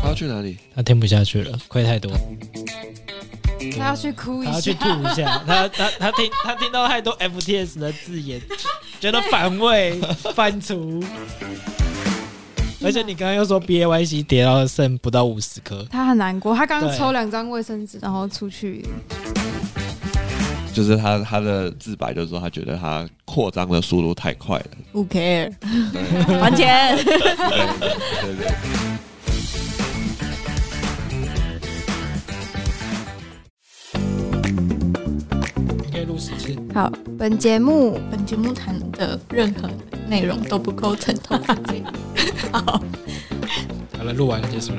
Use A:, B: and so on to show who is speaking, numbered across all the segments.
A: 他要去哪里？
B: 他听不下去了，亏太多，
C: 他要去哭
B: 他
C: 一
B: 要去
C: 下，
B: 吐一 下，他他他听他听到太多 FTS 的字眼，觉得反 胃反刍。而且你刚刚又说 BAYC 跌到剩不到五十颗，
C: 他很难过。他刚刚
B: 对
C: 抽两张卫生纸，然后出去。
A: 就是他他的自白，就是说他觉得他扩张的速度太快了。
D: Who care？
A: 对
D: 还钱！
A: 对对。
B: 你可以录十次。
C: 好，本节目
D: 本节目谈的任何内容都不构成投资建议。好，
B: 好了，录完了，结束了。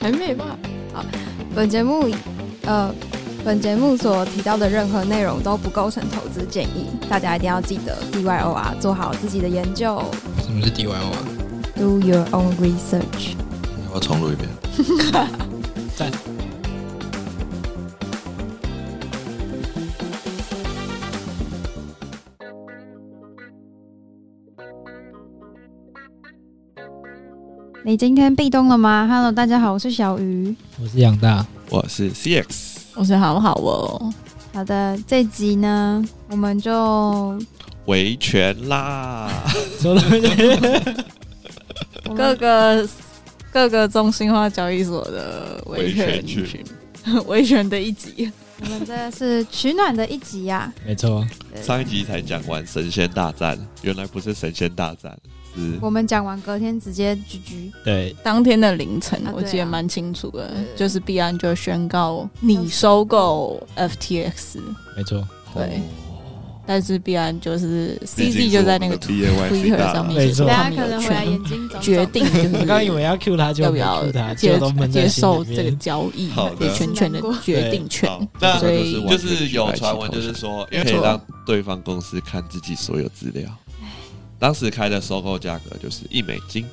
D: 还没吧？
C: 本节目呃，本节目所提到的任何内容都不构成投资建议，大家一定要记得 D Y O R 做好自己的研究
B: 什么是 DYO 啊？
C: ，Do your own research。
A: 我重录一遍。
B: 赞。
C: 你今天壁咚了吗？Hello，大家好，我是小鱼。
B: 我是杨大，
A: 我是 CX，
D: 我说好好 哦，
C: 好的，这集呢，我们就
A: 维权啦！
B: 说了
C: 我
D: 各
C: 们
D: 个各个中心化交易所的维权
A: 维权群，
D: 维权的一集，
C: 我们这是取暖的一集呀、
B: 没错，
A: 上一集才讲完神仙大战，原来不是神仙大战，是
C: 我们讲完，隔天直接居居。
B: 对，
D: 当天的凌晨
C: 啊，
D: 我记
C: 对啊
D: 得蛮清楚的
C: 对，
D: 就是币安就宣告拟收购 FTX，
A: 哦
B: 没错，
D: 对但是币安就是
A: 毕竟
D: CZ
A: 是
D: 就
A: 我
D: 在
A: 们
D: 那
A: 的
D: 个
A: B A Y C
D: Twitter
A: 大
D: 上
A: 佬
D: 面
B: 没
D: 写
B: 错
D: 说
C: 大
D: 他
C: 家
D: 们
C: 可
D: 有
C: 能回来
D: 权
C: 眼睛肿肿。
D: 决定，就是
B: 我刚以为要 Q 他，就
D: 要不
B: 没
D: 要
B: Q 他，
D: 接
B: 就都闷在
D: 接
B: 心里
D: 受
B: 面
D: 这个交易
A: 好的
D: 也全权的决定权
A: 好。那
D: 所以
A: 就
D: 就是
A: 有传闻，就是说，因为可以
D: 没错
A: 让对方公司看自己所有资料。当时开的收购价格就是一美金，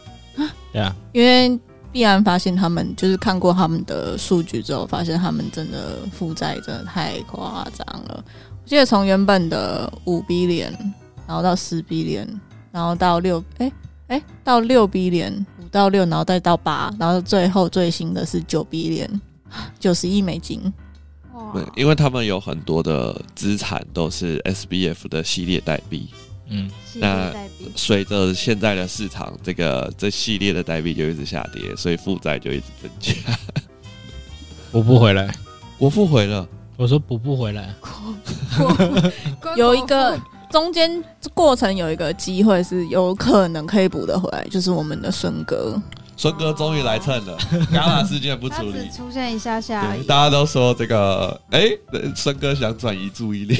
B: 对啊，
D: 因为必然发现他们就是看过他们的数据之后，发现他们真的负债真的太夸张了。我记得从原本的五 B 连，然后到十 B 连，然后到六，哎、哎、到六 B 连，五到六，然后再到八，然后最后最新的是九 B 连，九十亿美金。哦
C: 哇
A: 对，因为他们有很多的资产都是 SBF 的系列代币。
B: 嗯，
C: 系
A: 那
C: 列代币
A: 随着现在的市场，这个这系列的代币就一直下跌，所以负债就一直增 加。
B: 补不回来。
A: 国富回了，
B: 我说补不回来，
D: 有一个中间过程有一个机会是有可能可以补得回来，就是我们的孙哥，
A: 孙哥终于来蹭 了，伽马事件不
C: 他
A: 处
C: 只
A: 理。
C: 出现一下下而
A: 对，
C: 已。
A: 大家都说这个，哎、孙哥想转移注意力。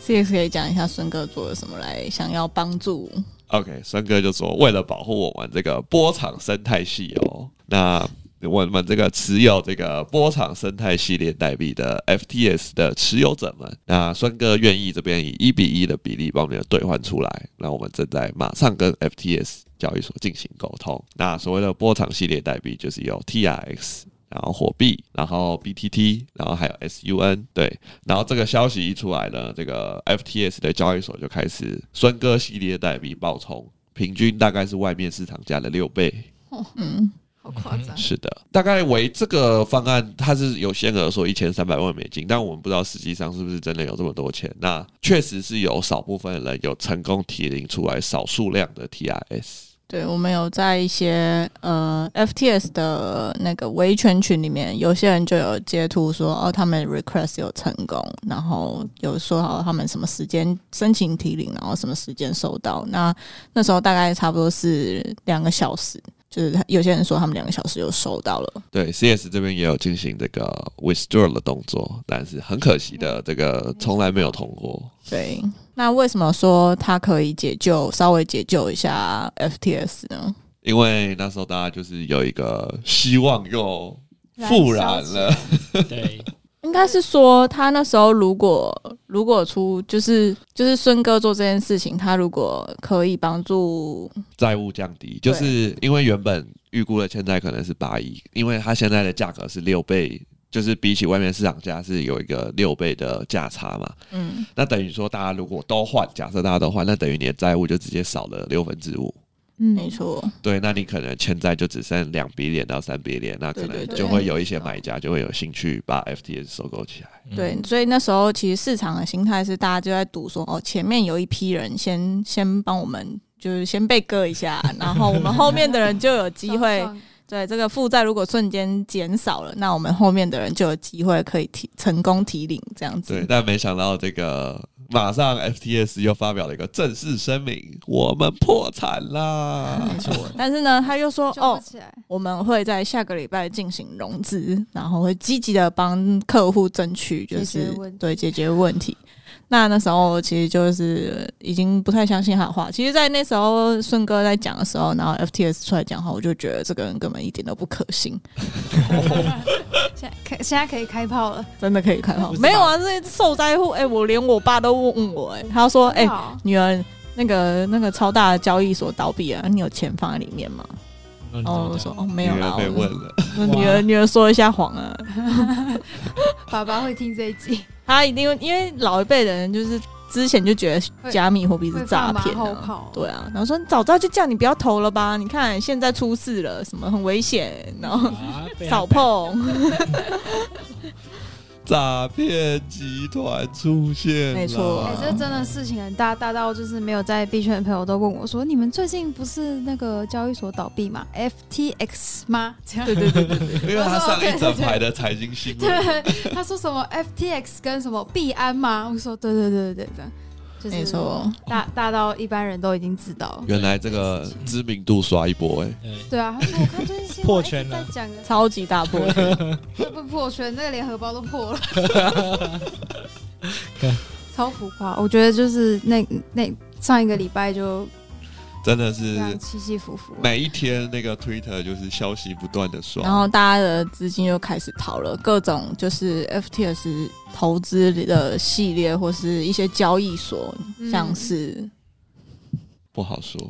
D: c x 可以讲一下孙哥做了什么来想要帮助
A: OK，孙哥就说，为了保护我们这个波场生态系哦，那我们这个持有这个波场生态系列代币的 FTS 的持有者们，那孙哥愿意这边以一比一的比例帮我们兑换出来。那我们正在马上跟 FTS 交易所进行沟通。那所谓的波场系列代币就是有 TRX。然后火币，然后 BTT，然后还有 SUN，对，然后这个消息一出来呢，这个 FTS 的交易所就开始孙哥系列代币爆冲，平均大概是外面市场价的六倍。
C: 嗯好夸张，
A: 是的，大概为这个方案，它是有限额说一千三百万美金，但我们不知道实际上是不是真的有这么多钱。那确实是有少部分人有成功提领出来少数量的 TRS。
D: 对，我们有在一些呃 FTS 的那个维权群里面，有些人就有截图说，哦，他们 request 有成功，然后有说好他们什么时间申请提领，然后什么时间收到。那那时候大概差不多是两个小时，就是他有些人说他们两个小时就收到了。
A: 对，CS 这边也有进行这个 withdraw 的动作，但是很可惜的，这个从来没有通过。
D: 对，那为什么说它可以解救，稍微解救一下 FTS 呢？
A: 因为那时候大家就是有一个希望又复燃了，
B: 对，
D: 应该是说，他那时候如果如果出就是就是孙哥做这件事情，他如果可以帮助，
A: 债务降低，就是因为原本预估的欠债可能是八亿，因为它现在的价格是六倍就是比起外面市场价是有一个六倍的价差嘛。
D: 嗯，
A: 那等于说大家如果都换，假设大家都换，那等于你的债务就直接少了六分之五。
E: 嗯
D: 没，错，
A: 对，那你可能欠债就只剩两笔脸到三笔脸，那可
D: 对
A: 能
D: 对
A: 就
D: 对
A: 会有一些买家就会有兴趣把 FTS 收购起来。
B: 嗯
D: 对，所以那时候其实市场的心态是大家就在赌说，哦，前面有一批人先先帮我们。就是先被割一下，然后我们后面的人就有机会
E: 爽爽
D: 对这个负债如果瞬间减少了，那我们后面的人就有机会可以提成功提领这样子。
A: 对，但没想到这个马上 FTS 又发表了一个正式声明，我们破产 啦！
D: 没错。但是呢，他又说
E: 救不
D: 哦，
E: 起来，
D: 我们会在下个礼拜进行融资，然后会积极的帮客户争取，就
E: 解
D: 是
E: 决问题
D: 对解决问题。那那时候其实就是已经不太相信他的话。其实，在那时候顺哥在讲的时候，然后 FTS 出来讲话，我就觉得这个人根本一点都不可信，
E: 现在可现在可以开炮了，
D: 真的可以开炮
B: 不是吧
D: 没有啊，这受灾户，哎、我连我爸都问我、哎，他说，哎、
E: 好
D: 女儿，那个那个超大的交易所倒闭了，你有钱放在里面吗？
A: 嗯
B: 然
D: 然后我说，哦，没有
A: 女
D: 啦
A: 儿，被
D: 我
A: 问了，
D: 那
B: 哇
D: 女儿女儿说一下谎啊，
E: 爸爸会听这一 集，
A: 啊
D: 她一定因为老一辈的人就是之前就觉得加密货币是
E: 会
D: 诈
E: 放马
D: 骗
E: 后
D: 啊。
E: 炮，
D: 对啊，然后说你早知道就叫你不要投了吧，你看现在出事了，什么很危险，然后
B: 啊
D: 少碰，
A: 诈骗集团出现了，
D: 没错
E: 哎、
D: 啊
E: 这真的事情很大，大到就是没有在币圈的朋友都问我说：“你们最近不是那个交易所倒闭吗？FTX 吗？”这样
D: 对对对对对，
A: 因为他上一整排的财经新闻，
E: 对，他说什么 FTX 跟什么币安吗？我说对对对对对的，就是
D: 没错，
E: 大大到一般人都已经知道了。
A: 原来这个知名度刷一波、哎，
B: 对，
E: 对啊，他说我看最近新闻
B: 破圈
E: 一直在
B: 了
E: 讲的，
D: 超级大 破圈，
E: 这不破圈，那个连荷包都 破了， 超浮夸。我觉得就是那那上一个礼拜就
A: 真的
E: 这
A: 是
E: 样起起伏伏，
A: 每一天那个 Twitter 就是消息不断的刷，
D: 然后大家的资金又开始逃了，各种就是 FTS 投资的系列或是一些交易所，
E: 嗯
D: 像是
A: 不好说，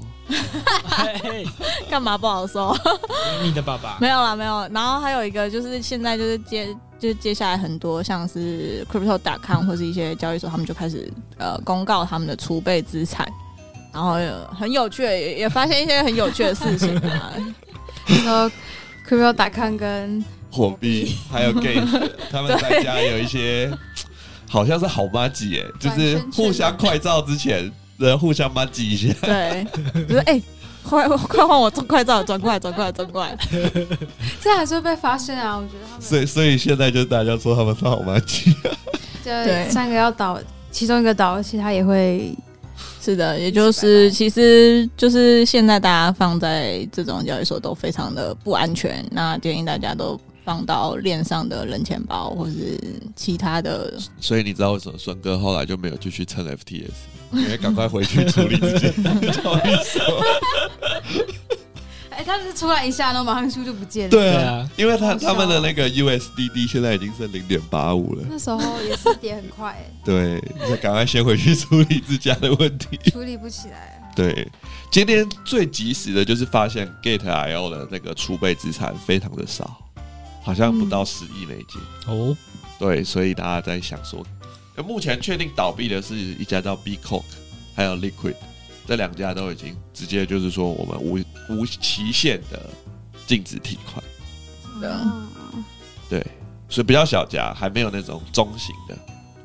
B: 嘿
D: 干嘛不好说，
B: 你哎的爸爸
D: 没有啦，没有。然后还有一个就是现在就是接就是接下来很多像是 crypto.com 或是一些交易所，他们就开始呃公告他们的储备资产，然后呃很有趣的，也也发现一些很有趣的事情 啊。
E: 说 Crypto 打看跟
A: 货币还 有 gay，他们在家有一些好像是好妈鸡，哎，就是互相快照之前。呃，互相妈鸡一
E: 嗯
A: 下，
D: 对，就是哎、快快换我，快照转过来，转过来，转过来。
E: 这还是会被发现啊！我觉得他们
A: 所以所以现在就大家说他们是好妈鸡，
E: 这
D: 对
E: 三个要倒，其中一个倒，其他也会
D: 是的，也就是其实就是现在大家放在这种交易所都非常的不安全，那建议大家都放到链上的人钱包或是其他的
A: 所以你知道为什么孙哥后来就没有继续蹭 FTS，因 为赶快回去处理自 己 啊的交易所。
E: 哎、他只是出来一下，然后马上书就不见了。
A: 对
B: 对
A: 啊，
B: 啊，
A: 因为他
E: 好笑
A: 他
E: 哦
A: 们的那个 USDD 现在已经是零点八五了，
E: 那时候也是跌很快、哎
A: 对，你赶快先回去处理自家的问题。
E: 处理不起来。
A: 对，今天最及时的就是发现 Gate IO 的那个储备资产非常的少，好像不到十亿美金。
B: 哦，
A: 对，所以大家在想说，呃目前确定倒闭的是一家叫 B Coke，还有 Liquid，这两家都已经直接就是说我们无无期限的禁止提款。
D: 的
E: 嗯
A: 对，所以比较小家，还没有那种中型的。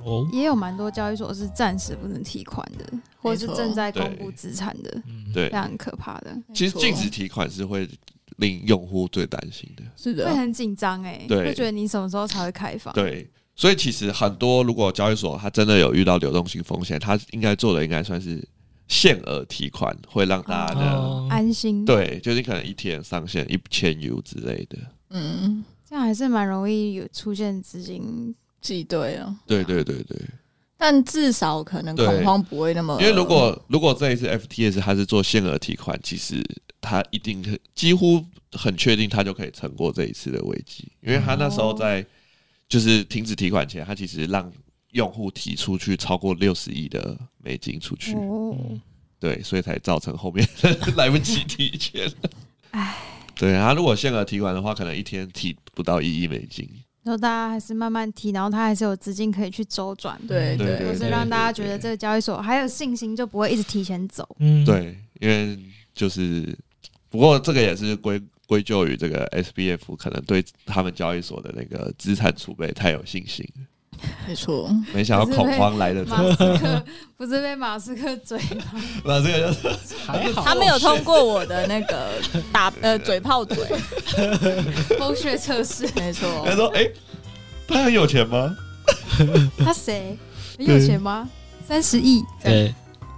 B: 哦，
E: 也有蛮多交易所是暂时不能提款的，或是正在公布
A: 对
E: 资产的，
B: 嗯，
A: 对
E: 非，常可怕的，
A: 其实
D: 没错
A: 禁止提款是会令用户最担心的。
D: 是
E: 会
D: 的，
E: 很紧张哎，
A: 啊对
E: 会觉得你什么时候才会开放？
A: 对，所以其实很多如果交易所它真的有遇到流动性风险，它应该做的应该算是限额提款，会让大家的、
B: 哦
E: 安心，，
A: 对，就是你可能一天上限一千 U 之类的。
D: 嗯，
E: 这样还是蛮容易有出现资金。
D: 记对了，
A: 对对对对，
D: 哦但至少可能
A: 对
D: 恐慌不会那么，
A: 因为如果如果这一次 FTS 它是做限额提款，其实它一定可几乎很确定它就可以撑过这一次的危机，因为它那时候在就是停止提款前，它其实让用户提出去超过六十亿的美金出去。
E: 哦，
B: 嗯
A: 对，所以才造成后面 来不及提钱。
E: 唉，
A: 对，他如果限额提款的话，可能一天提不到一亿美金。
E: 然后大家还是慢慢提，然后它还是有资金可以去周转，
D: 对
A: 对对
E: 或是让大家觉得这个交易所还有信心，就不会一直提前走。
B: 嗯，
A: 对，因为就是，不过这个也是归归咎于这个 SBF 可能对他们交易所的那个资产储备太有信心，
D: 没错，
A: 没想到恐慌来的这
E: 马
A: 么
E: 斯克不是被马斯克追吗？
A: 那这个就是
B: 还
A: 哦
B: 好
D: 他没有通过我的那个打呃嘴 炮嘴，
E: 剥削测试，
D: 没错，
A: 他说，哎、他很有钱吗？
E: 他谁？很有钱吗？三十亿，
B: 对，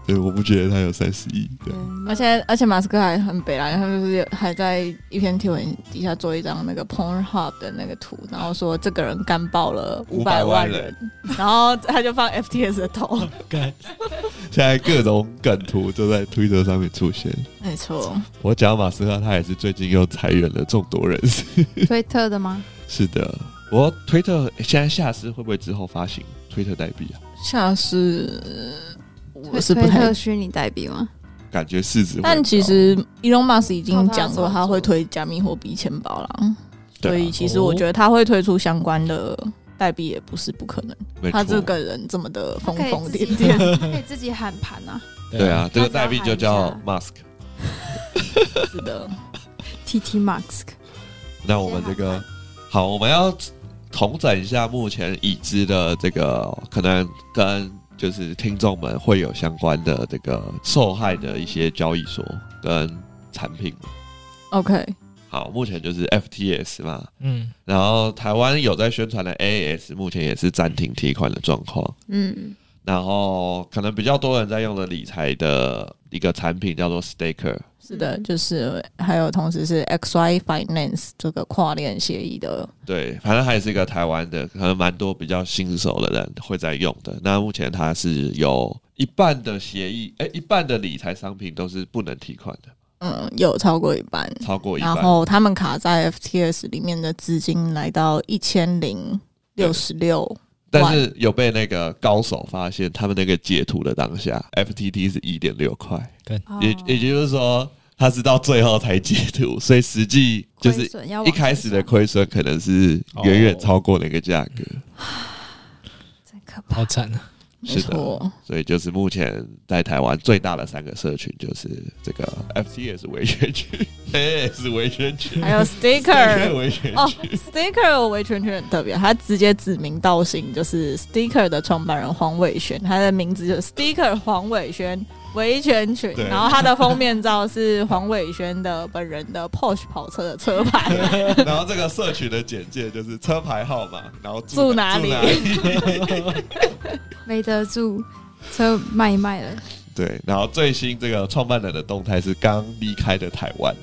A: 对，我不觉得他有三十亿。对
D: 嗯而且而且马斯克还很北蓝，他就是还在一篇贴文底下做一张那个 Pornhub 的那个图，然后说这个人干爆了五
A: 500
D: 百万
A: 万
D: 人
A: 人，
D: 然后他就放 FTS 的 头，
B: 干
A: 现在各种梗图都在推特上面出现。
D: 没错，
A: 我讲马斯克，他也是最近又裁员了众多人 士。
E: 推特的吗？
A: 是的，我推特现在下市会不会之后发行推特代币啊？
D: 像是我是
E: 推
D: 不太
E: 特，虚拟代币吗？
A: 感觉市值会
D: 但其
A: 高
D: 实 Elon Musk 已经讲过他会推加密货币钱包了，
A: 对啊
D: 所以其实我觉得他会推出相关的代币也不是不可能，
A: 没
D: 他
A: 错
D: 这个人这么的疯
E: 他可以
D: 疯
E: 自
D: 癫
E: 己
D: 癫。
E: 他可以自己喊盘啊，
A: 对
D: 嗯
A: 啊，这个代币就叫
E: 他只
A: Mask。
D: 是的，
E: T T Max，
A: 那我们这个好，我们要统整一下目前已知的这个可能跟就是听众们会有相关的这个受害的一些交易所跟产品。
D: OK，
A: 好，目前就是 FTS 嘛，
B: 嗯，
A: 然后台湾有在宣传的 AAS，目前也是暂停提款的状况。
E: 嗯，
A: 然后可能比较多人在用的理财的一个产品叫做 Staker，
D: 是的，
E: 嗯
D: 就是还有同时是 XY Finance 这个跨链协议的，
A: 对，反正还是一个台湾的，可能蛮多比较新手的人会在用的。那目前它是有一半的协议，哎、一半的理财商品都是不能提款的，
D: 嗯，有超过一半。
A: 超过一
D: 然
A: 半。
D: 后他们卡在 FTS 里面的资金来到一千零六十六，
A: 但是有被那个高手发现，他们那个截图的当下，FTT 是一点六块，
D: 哦
A: 也也就是说，他是到最后才截图，所以实际就是一开始的亏损可能是远远超过那个价格，
E: 真可怕
B: 好。惨啊！
D: 没
A: 是的
D: 错，
A: 所以就是目前在台湾最大的三个社群就是这个 FTS 维权区、AS 维权区、
D: 还有 Sticker。
A: 维权
D: 哦
A: 区。
D: ，Sticker 我维权圈很特别，他直接指名道姓，就是 Sticker 的创办人黄伟轩，他的名字就是 Sticker 黄伟轩维权群，
A: 对
D: 然后他的封面照是黄伟轩的本人的 Porsche 跑车的车 牌，
A: 然后这个社群的简介就是车牌号码，然后
D: 住哪
A: 哪
D: 里
E: 没得住，车卖一卖了
A: 对，然后最新这个创办人的动态是刚离开的台湾，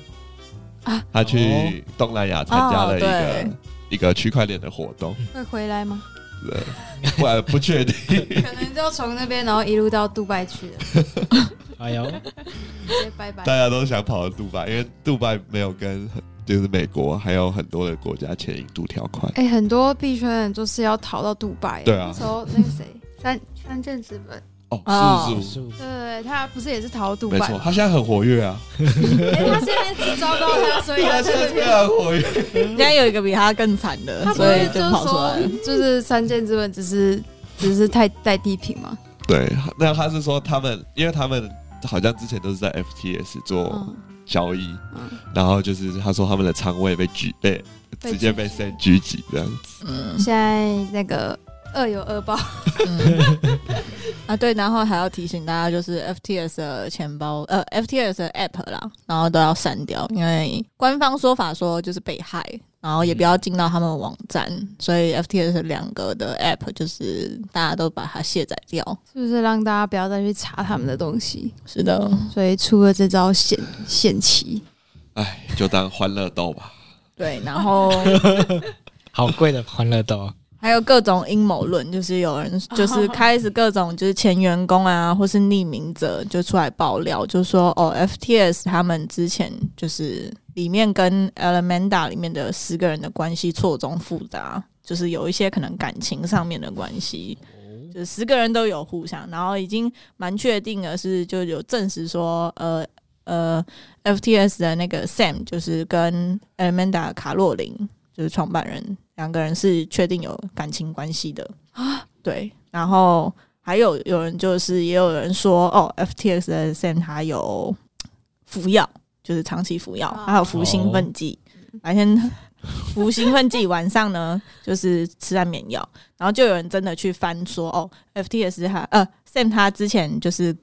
E: 啊
A: 他去东南亚参加了一个、
D: 哦
A: 一个区块链的活动，
E: 会回来吗？
A: 对，不然不确定。
E: 可能就从那边，然后一路到杜拜 去了，
B: 哎呦，
E: 直接拜拜。
A: 大家都想跑到杜拜，因为杜拜没有跟就是美国还有很多的国家签引渡条款。
E: 哎、很多币圈人就是要逃到杜拜。
A: 对啊
E: 那时候那个谁， 三三剑资本，
A: 哦，
D: 哦
A: 是是，
B: 树
E: 对对对，他不是也是逃到杜
A: 没
E: 拜？
A: 错，他现在很活跃啊，
E: 哎他现在只招到他，所以
A: 他
E: 他
A: 现
E: 就
A: 在
E: 是
A: 非常活跃。
D: 人家有一个比他更惨的
E: 他，不
D: 所以
E: 是
D: 就
E: 就
D: 跑出来了。
E: 说，就是三剑资本只是只是太代地平嘛。
A: 对，那他是说他们，因为他们好像之前都是在 FTS 做
E: 嗯
A: 交易，
E: 嗯，
A: 然后就是他说他们的仓位被举被
E: 被
A: 直接被 s 狙击这样子。
D: 嗯
E: 现在那个恶有恶报，
D: 嗯 啊，对，然后还要提醒大家，就是 FTS 的钱包，呃，FTS 的 App 啦，然后都要删掉，因为官方说法说就是被害，然后也不要进到他们网站，所以 FTS 两个的 App 就是大家都把它卸载掉。
E: 是不是让大家不要再去查他们的东西？
D: 是的，
E: 所以出了这招险险棋，
A: 哎，就当欢乐豆吧。
D: 对，然后
B: 好贵的欢乐豆，啊
D: 还有各种阴谋论，就是有人就是开始各种就是前员工啊，或是匿名者就出来爆料，就说哦，FTS 他们之前就是里面跟 Elementa 里面的十个人的关系错综复杂，就是有一些可能感情上面的关系，就是十个人都有互相，然后已经蛮确定的是，就有证实说，呃呃，FTS 的那个 Sam 就是跟 Elementa 卡洛琳就是创办人两个人是确定有感情关系的啊。对，然后还有有人就是也有人说，哦，FTX 的 Sam 他有服药，就是长期服药，
E: 哦
D: 还有服兴奋剂，白天 服兴奋剂，晚上呢就是吃安眠药。然后就有人真的去翻说，哦，FTS 他呃 Sam 他之前就是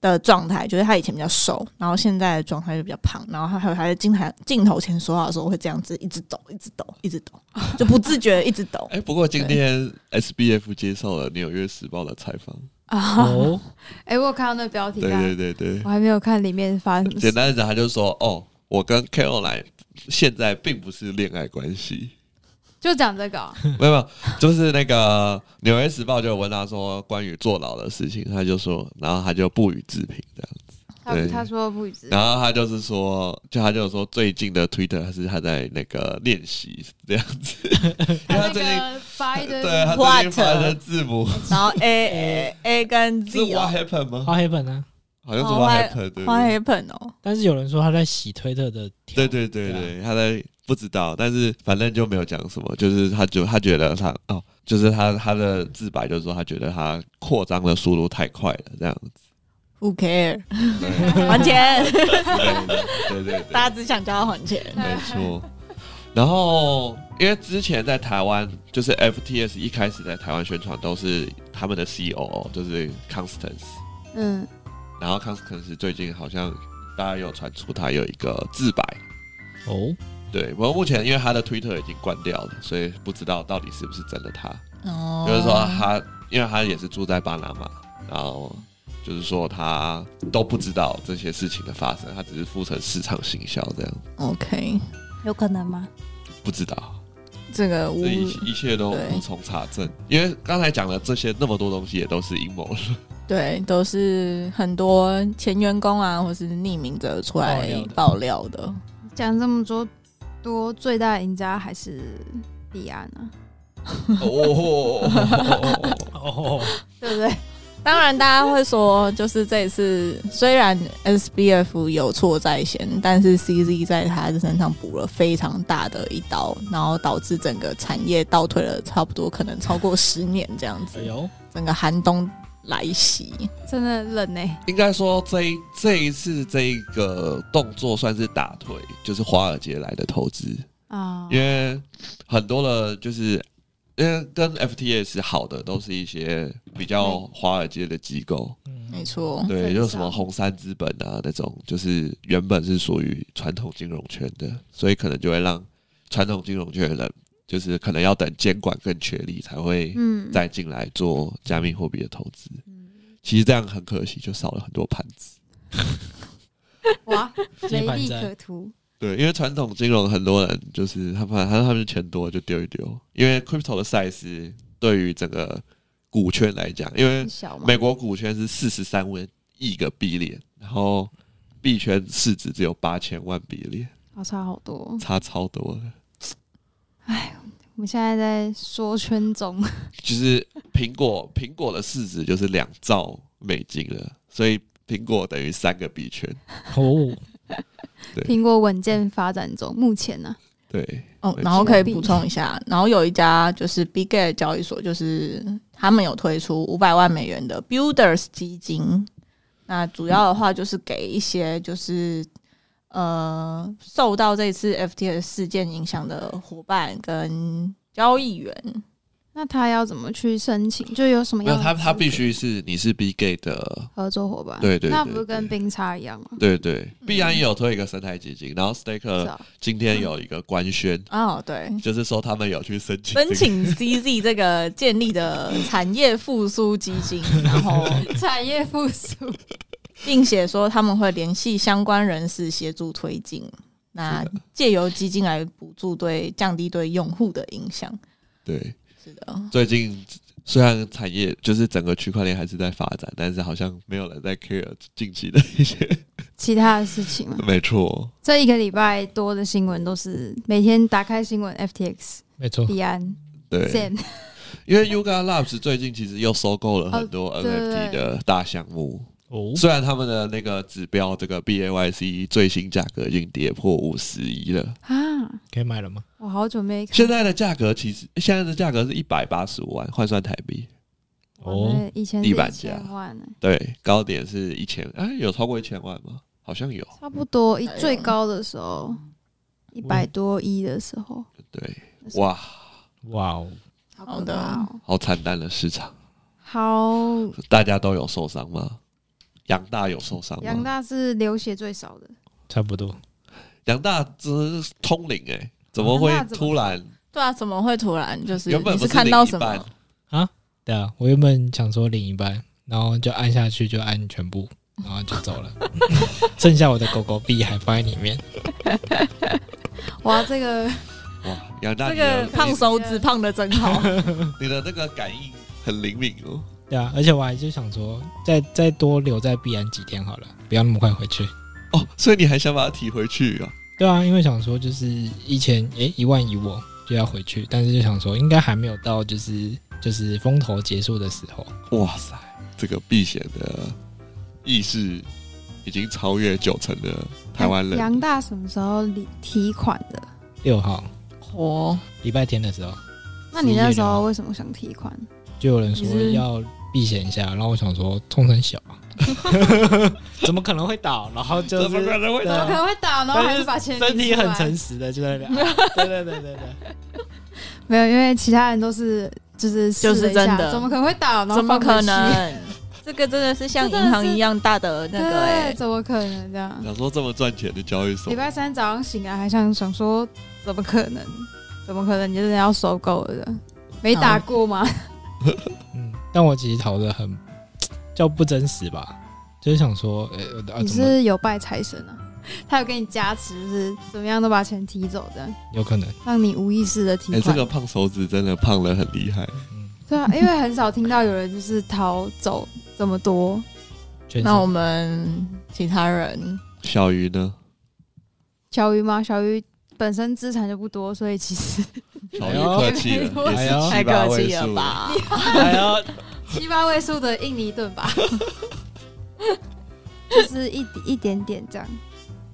D: 的状态，就是他以前比较瘦，然后现在的状态就比较胖，然后他还有他在镜台镜头前说话的时候会这样子一直抖，一直抖，一直抖，就不自觉地一直抖
A: 哎、不过今天 SBF 接受了《纽约时报》的采访，
E: 啊！
B: 哦，
E: 哎、我有看到那标题
A: 对啊
E: 啦，
A: 对对对
C: 我，还没有看里面发生什么
A: 简
C: 事。
A: 单的讲，他就说，哦，我跟 Caroline 现在并不是恋爱关 系，
E: 就讲这个哦、
A: 没有没有，就是那个《纽约时报》就有问他说关于坐牢的事情，他就说，然后他就不予置评这样。
E: 他
A: 对
E: 他说不止，
A: 然后他就是说，就他就说最近的 Twitter 还是他在那个练习这样子，因为
E: 他
A: 他
E: 那
A: 最近
E: 个发一堆
A: 对他最近
D: What？
A: 发的字母
D: 然后 A A A 跟
A: 是
D: Z 哦
A: What happened 吗？
B: 花黑本啊。
A: 好像是
D: 哦
A: What
D: what-
A: happened 对不
D: ，What
A: 对？
D: happened 哦？
B: 但是有人说他在洗推特的条，
A: 对对对
B: 对啊
A: 对，他在不知道，但是反正就没有讲什么，就是他就他觉得他哦，就是他他的自白就是说他觉得他扩张的速度太快了，这样子。
D: Who care？
A: 对
D: 还钱，
A: 对对对对，
D: 大家只想叫他 还钱。
A: 没错。然后，因为之前在台湾，就是 FTS 一开始在台湾宣传都是他们的 COO，就是 Constance。
E: 嗯，
A: 然后 Constance 最近好像大家有传出他有一个自白，
B: 哦，
A: 对。不过目前因为他的 Twitter 已经关掉了，所以不知道到底是不是真的他。
D: 哦
A: 就是说他，因为他也是住在巴拿马，然后就是说他都不知道这些事情的发生，他只是负责市场行销这样，
D: OK，
E: 有可能吗？
A: 不知道。
D: 这个无
A: 这一一切都无从查证，因为刚才讲的这些那么多东西也都是阴谋论，
D: 对，都是很多前员工啊，或是匿名者出来爆料的。
E: 讲这么多多，最大的赢家还是李安啊，
A: 哦，
B: 哦，
E: 对不对？
D: 当然，大家会说，就是这一次虽然 SBF 有错在先，但是 CZ 在他的身上补了非常大的一刀，然后导致整个产业倒退了差不多可能超过十年这样子
B: 哎，呦，
D: 整个寒冬来袭。
E: 真的冷欸呢、
A: 应该说这一这一次这一个动作算是打退，就是华尔街来的投资，
E: 啊！
A: 因为很多的，就是因为跟 FTS 好的都是一些比较华尔街的机构，
D: 没
B: 嗯，
D: 错，
A: 对，
E: 分
A: 就是什么
E: 散
A: 红杉资本啊那种，就是原本是属于传统金融圈的，所以可能就会让传统金融圈的人，就是可能要等监管更确立才会
E: 嗯，
A: 再进来做加密货币的投资。其实这样很可惜，就少了很多盘子。
E: 哇，
B: 接
E: 没
B: 盘
E: 利
B: 战
E: 可图，
A: 对，因为传统金融很多人就是他们，他他们钱多就丢一丢，因为 crypto 的 size 对于整个股圈来讲，因为
E: 很小嘛，
A: 嗯美国股圈是四十三万亿个 B 脸，然后币圈市值只有八千万 B 脸，
E: 好差好多。哦
A: 差超多的。
E: 我们现在在说圈中，
A: 就是苹果，苹果的市值就是两兆美金了，所以苹果等于三个币圈。
B: 哦，
A: 对
E: 苹果稳健发展中，目前呢、
A: 对，
D: 哦，
A: 对
D: 然后可以补充一下，然后有一家就是 Big Gate 交易所，就是他们有推出五百万美元的 Builders 基金，那主要的话就是给一些就是呃受到这次 FTX 事件影响的伙伴跟交易员，
E: 那他要怎么去申请？就有什么
A: 没有
E: 样
A: 他，
E: 的
A: 他必
E: 资
A: 须是你是 B Gate 的，
E: 格合作伙伴？
A: 对对
E: 那
A: 对
E: 不是跟
A: 对
E: 冰差一样吗？
A: 对对，必然也有推一个生态基金，然后 Staker
E: 啊，
A: 今天有一个官宣，
D: 哦，对。
A: 就是说他们有去申请、
D: 申。请 CZ 这个建立的产业复苏基金，然后
E: 产业复苏，
D: 并且说他们会联系相关人士协助推进，那借由基金来补助对降低对用户的影响。
A: 对，
D: 是的，
A: 最近虽然产业就是整个区块链还是在发展，但是好像没有人在 care 近期的一些。
E: 其他的事情嘛。
A: 没错，
E: 这一个礼拜多的新闻都是每天打开新闻，FTX、
B: 没错，
E: 币安、
A: 哦对，
E: Sam，
A: 因为 Yuga Labs 最近其实又收购了很多
E: 哦对
A: NFT 的大项目，
B: 哦，
A: 虽然他们的那个指 E 标这个 BAYC 最新价格已经跌破五十一了，
E: 啊，
B: 可以买了吗？
E: 我好久没看
A: 现在的价格其实现在的价格是一百八十五万，换算台币。
E: 哇，
B: 哦，
E: 那以前
A: 地
E: 是
A: 板
E: 一
A: 价
E: 千万呢，
A: 对，高点是一千，哎，有超过一千万吗？好像有。
E: 差不多一
D: 哎呦
E: 最高的时候一百多亿的时候，
A: 对，哇，
B: 哇哦，
E: 好可怕哦，
A: 好惨淡的市场，
E: 好，
A: 大家都有受伤吗？杨大有受伤吗？
E: 杨大是流血最少的，
B: 差不多，
A: 杨大真是通灵哎、怎么会
E: 杨大怎么
A: 突然？
D: 对啊，怎么会突然就是
A: 原本
D: 你
A: 不
D: 是看到
A: 领一
D: 什
A: 半
D: 么？
B: 对啊，我原本想说领一半，然后就按下去就按全部，然后就走了， 剩下我的狗狗币还放在里面，
E: 哇，这个
A: 哇，杨大
D: 这
A: 你
D: 个
A: 的
D: 胖手指胖的真好，
A: 你的那个感应很灵敏哦。
B: 对啊，而且我还就想说再再多留在必安几天好了，不要那么快回去。
A: 哦，所以你还想把它提回去啊？
B: 对啊，因为想说就是一千诶一万一我就要回去，但是就想说应该还没有到就是就是风头结束的时候，
A: 哇塞，这个避险的意识已经超越九成的台湾人。
E: 杨大什么时候提提款的？
B: 六号
D: 哦，
B: 礼拜天的时候
E: 那你那时
B: 11
E: 候为什么想提款？
B: 就有人说
D: 你是
B: 要避险一下，然后我想说冲 绳小 啊，怎么可能会倒？然后就
A: 怎么可
B: 是
A: 能会
B: 对啊
E: 可能会倒，然后还是把钱
B: 身体
E: 领出
B: 很
E: 来
B: 诚实的就在那边，啊对对对对对，
E: 没有，因为其他人都是就是试
D: 就是
E: 了一下
D: 真的
E: 怎么可能会倒？然后
D: 怎么
E: 放回
D: 可
E: 去？
D: 能？这个真的是像银行一样大的那
E: 对，
D: 个哎、
E: 怎么可能这样？
A: 想说这么赚钱的交易所
E: 礼，拜三早上醒来还想想说，怎么可能？怎么可能？你真的要收购了的？没打过吗？
B: 嗯，但我其实逃的很叫不真实吧，就是想说，呃、啊，
E: 你
B: 怎么
E: 是有拜财神啊？他有给你加持，是怎么样都把钱提走的，
B: 有可能？
E: 让你无意识的提
A: 哎、这
E: 款。
A: 个胖手指真的胖了很厉害。
B: 嗯，
E: 对啊，因为很少听到有人就是逃走这么多。
B: 确实
D: 那我们其他人
A: 小鱼呢？
E: 小鱼吗？小鱼本身资产就不多，所以其实
A: 小鱼客气
E: 哎呦
A: 了，也
B: 哎
A: 是
B: 呦
A: 七
D: 太
A: 八
D: 客
A: 位
D: 气了
A: 数了。
D: 吧？
B: 还要
E: 七八位数的印尼盾吧，就是一一点点这样。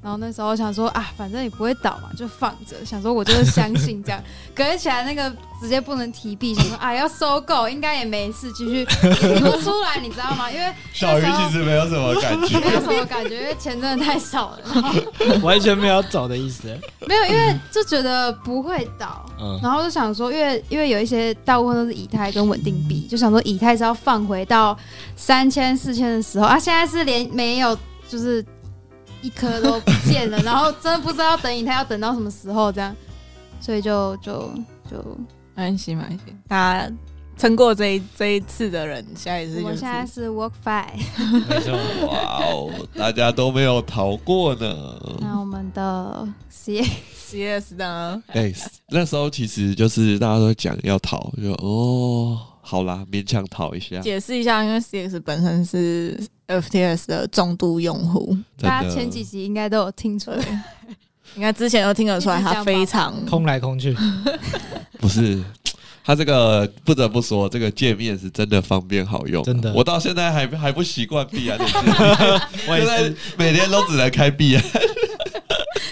E: 然后那时候想说啊，反正也不会倒嘛，就放着。想说我就是相信这样。隔天起来那个直接不能提币，想说啊要收购应该也没事，继续提不出来，你知道吗？因为
A: 小鱼其实没有什么感
E: 没有
A: 觉，
E: 什么感觉，因为钱真的太少了。然后
B: 完全没有走的意思，
E: 没有，因为就觉得不会倒。
B: 嗯，
E: 然后就想说，因为因为有一些大部分都是以太跟稳定币，就想说以太是要放回到三千四千的时候啊，现在是连没有就是一颗都不见了，然后真的不知道等以太要等到什么时候这样，所以就就就
D: 没关系，没关系，大家撑过这一这一次的人，下一
E: 我
D: 次就
E: 们
D: 是
E: 现在是 work five，
B: 没错，
A: 哇哦，大家都没有逃过 呢。
E: 那我们的 C
D: CS 呢，
A: 哎、那时候其实就是大家都讲要逃，就哦，好啦，勉强逃一下，
D: 解释一下，因为 CS 本身是 FTS 的重度用户，
A: 真
E: 大
A: 的
E: 家前几集应该都有听出来，
D: 应该之前都听得出来，他非常
B: 空来空去，
A: 不是。它这个不得不说，这个界面是真的方便好用啊，
B: 真的
A: 我到现在还还不习惯币安的界面，
B: 我也
A: 现在
B: 是，
A: 每天都只能开啊币安，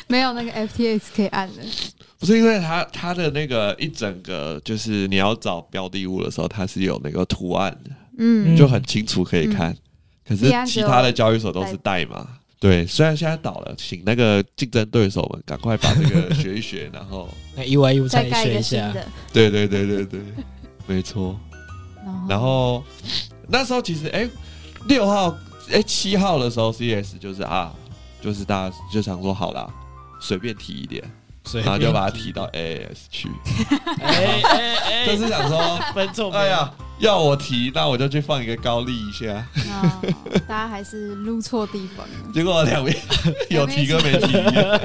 E: 没有那个 FTX 可以按的，
A: 不是因为它它的那个一整个就是你要找标的物的时候，它是有那个图案的，
E: 嗯，
A: 就很清楚可以看。可是
E: 币安只
A: 其
E: 有
A: 他的交易所都是代码。对，虽然现在倒了，请那个竞争对手们赶快把这个学一学，然后，
B: 那意外又
E: 再
B: 再
E: 盖一
B: 学
E: 个
B: 一
E: 新
B: 下，
E: 的，
A: 对对对对对，没错。然后那时候其实，哎、六号，哎、七号的时候，CS 就是啊，就是大家就想说，好啦，随便提一点，
B: 所以
A: 然后就把它提到 AS 去，
B: 哎哎哎，
A: 就是想说，
B: 分错，
A: 哎呀，，要我提，那我就去放一个高利一下。
E: 那大家还是撸错地方了。
A: 结果两 边有提跟没提一样。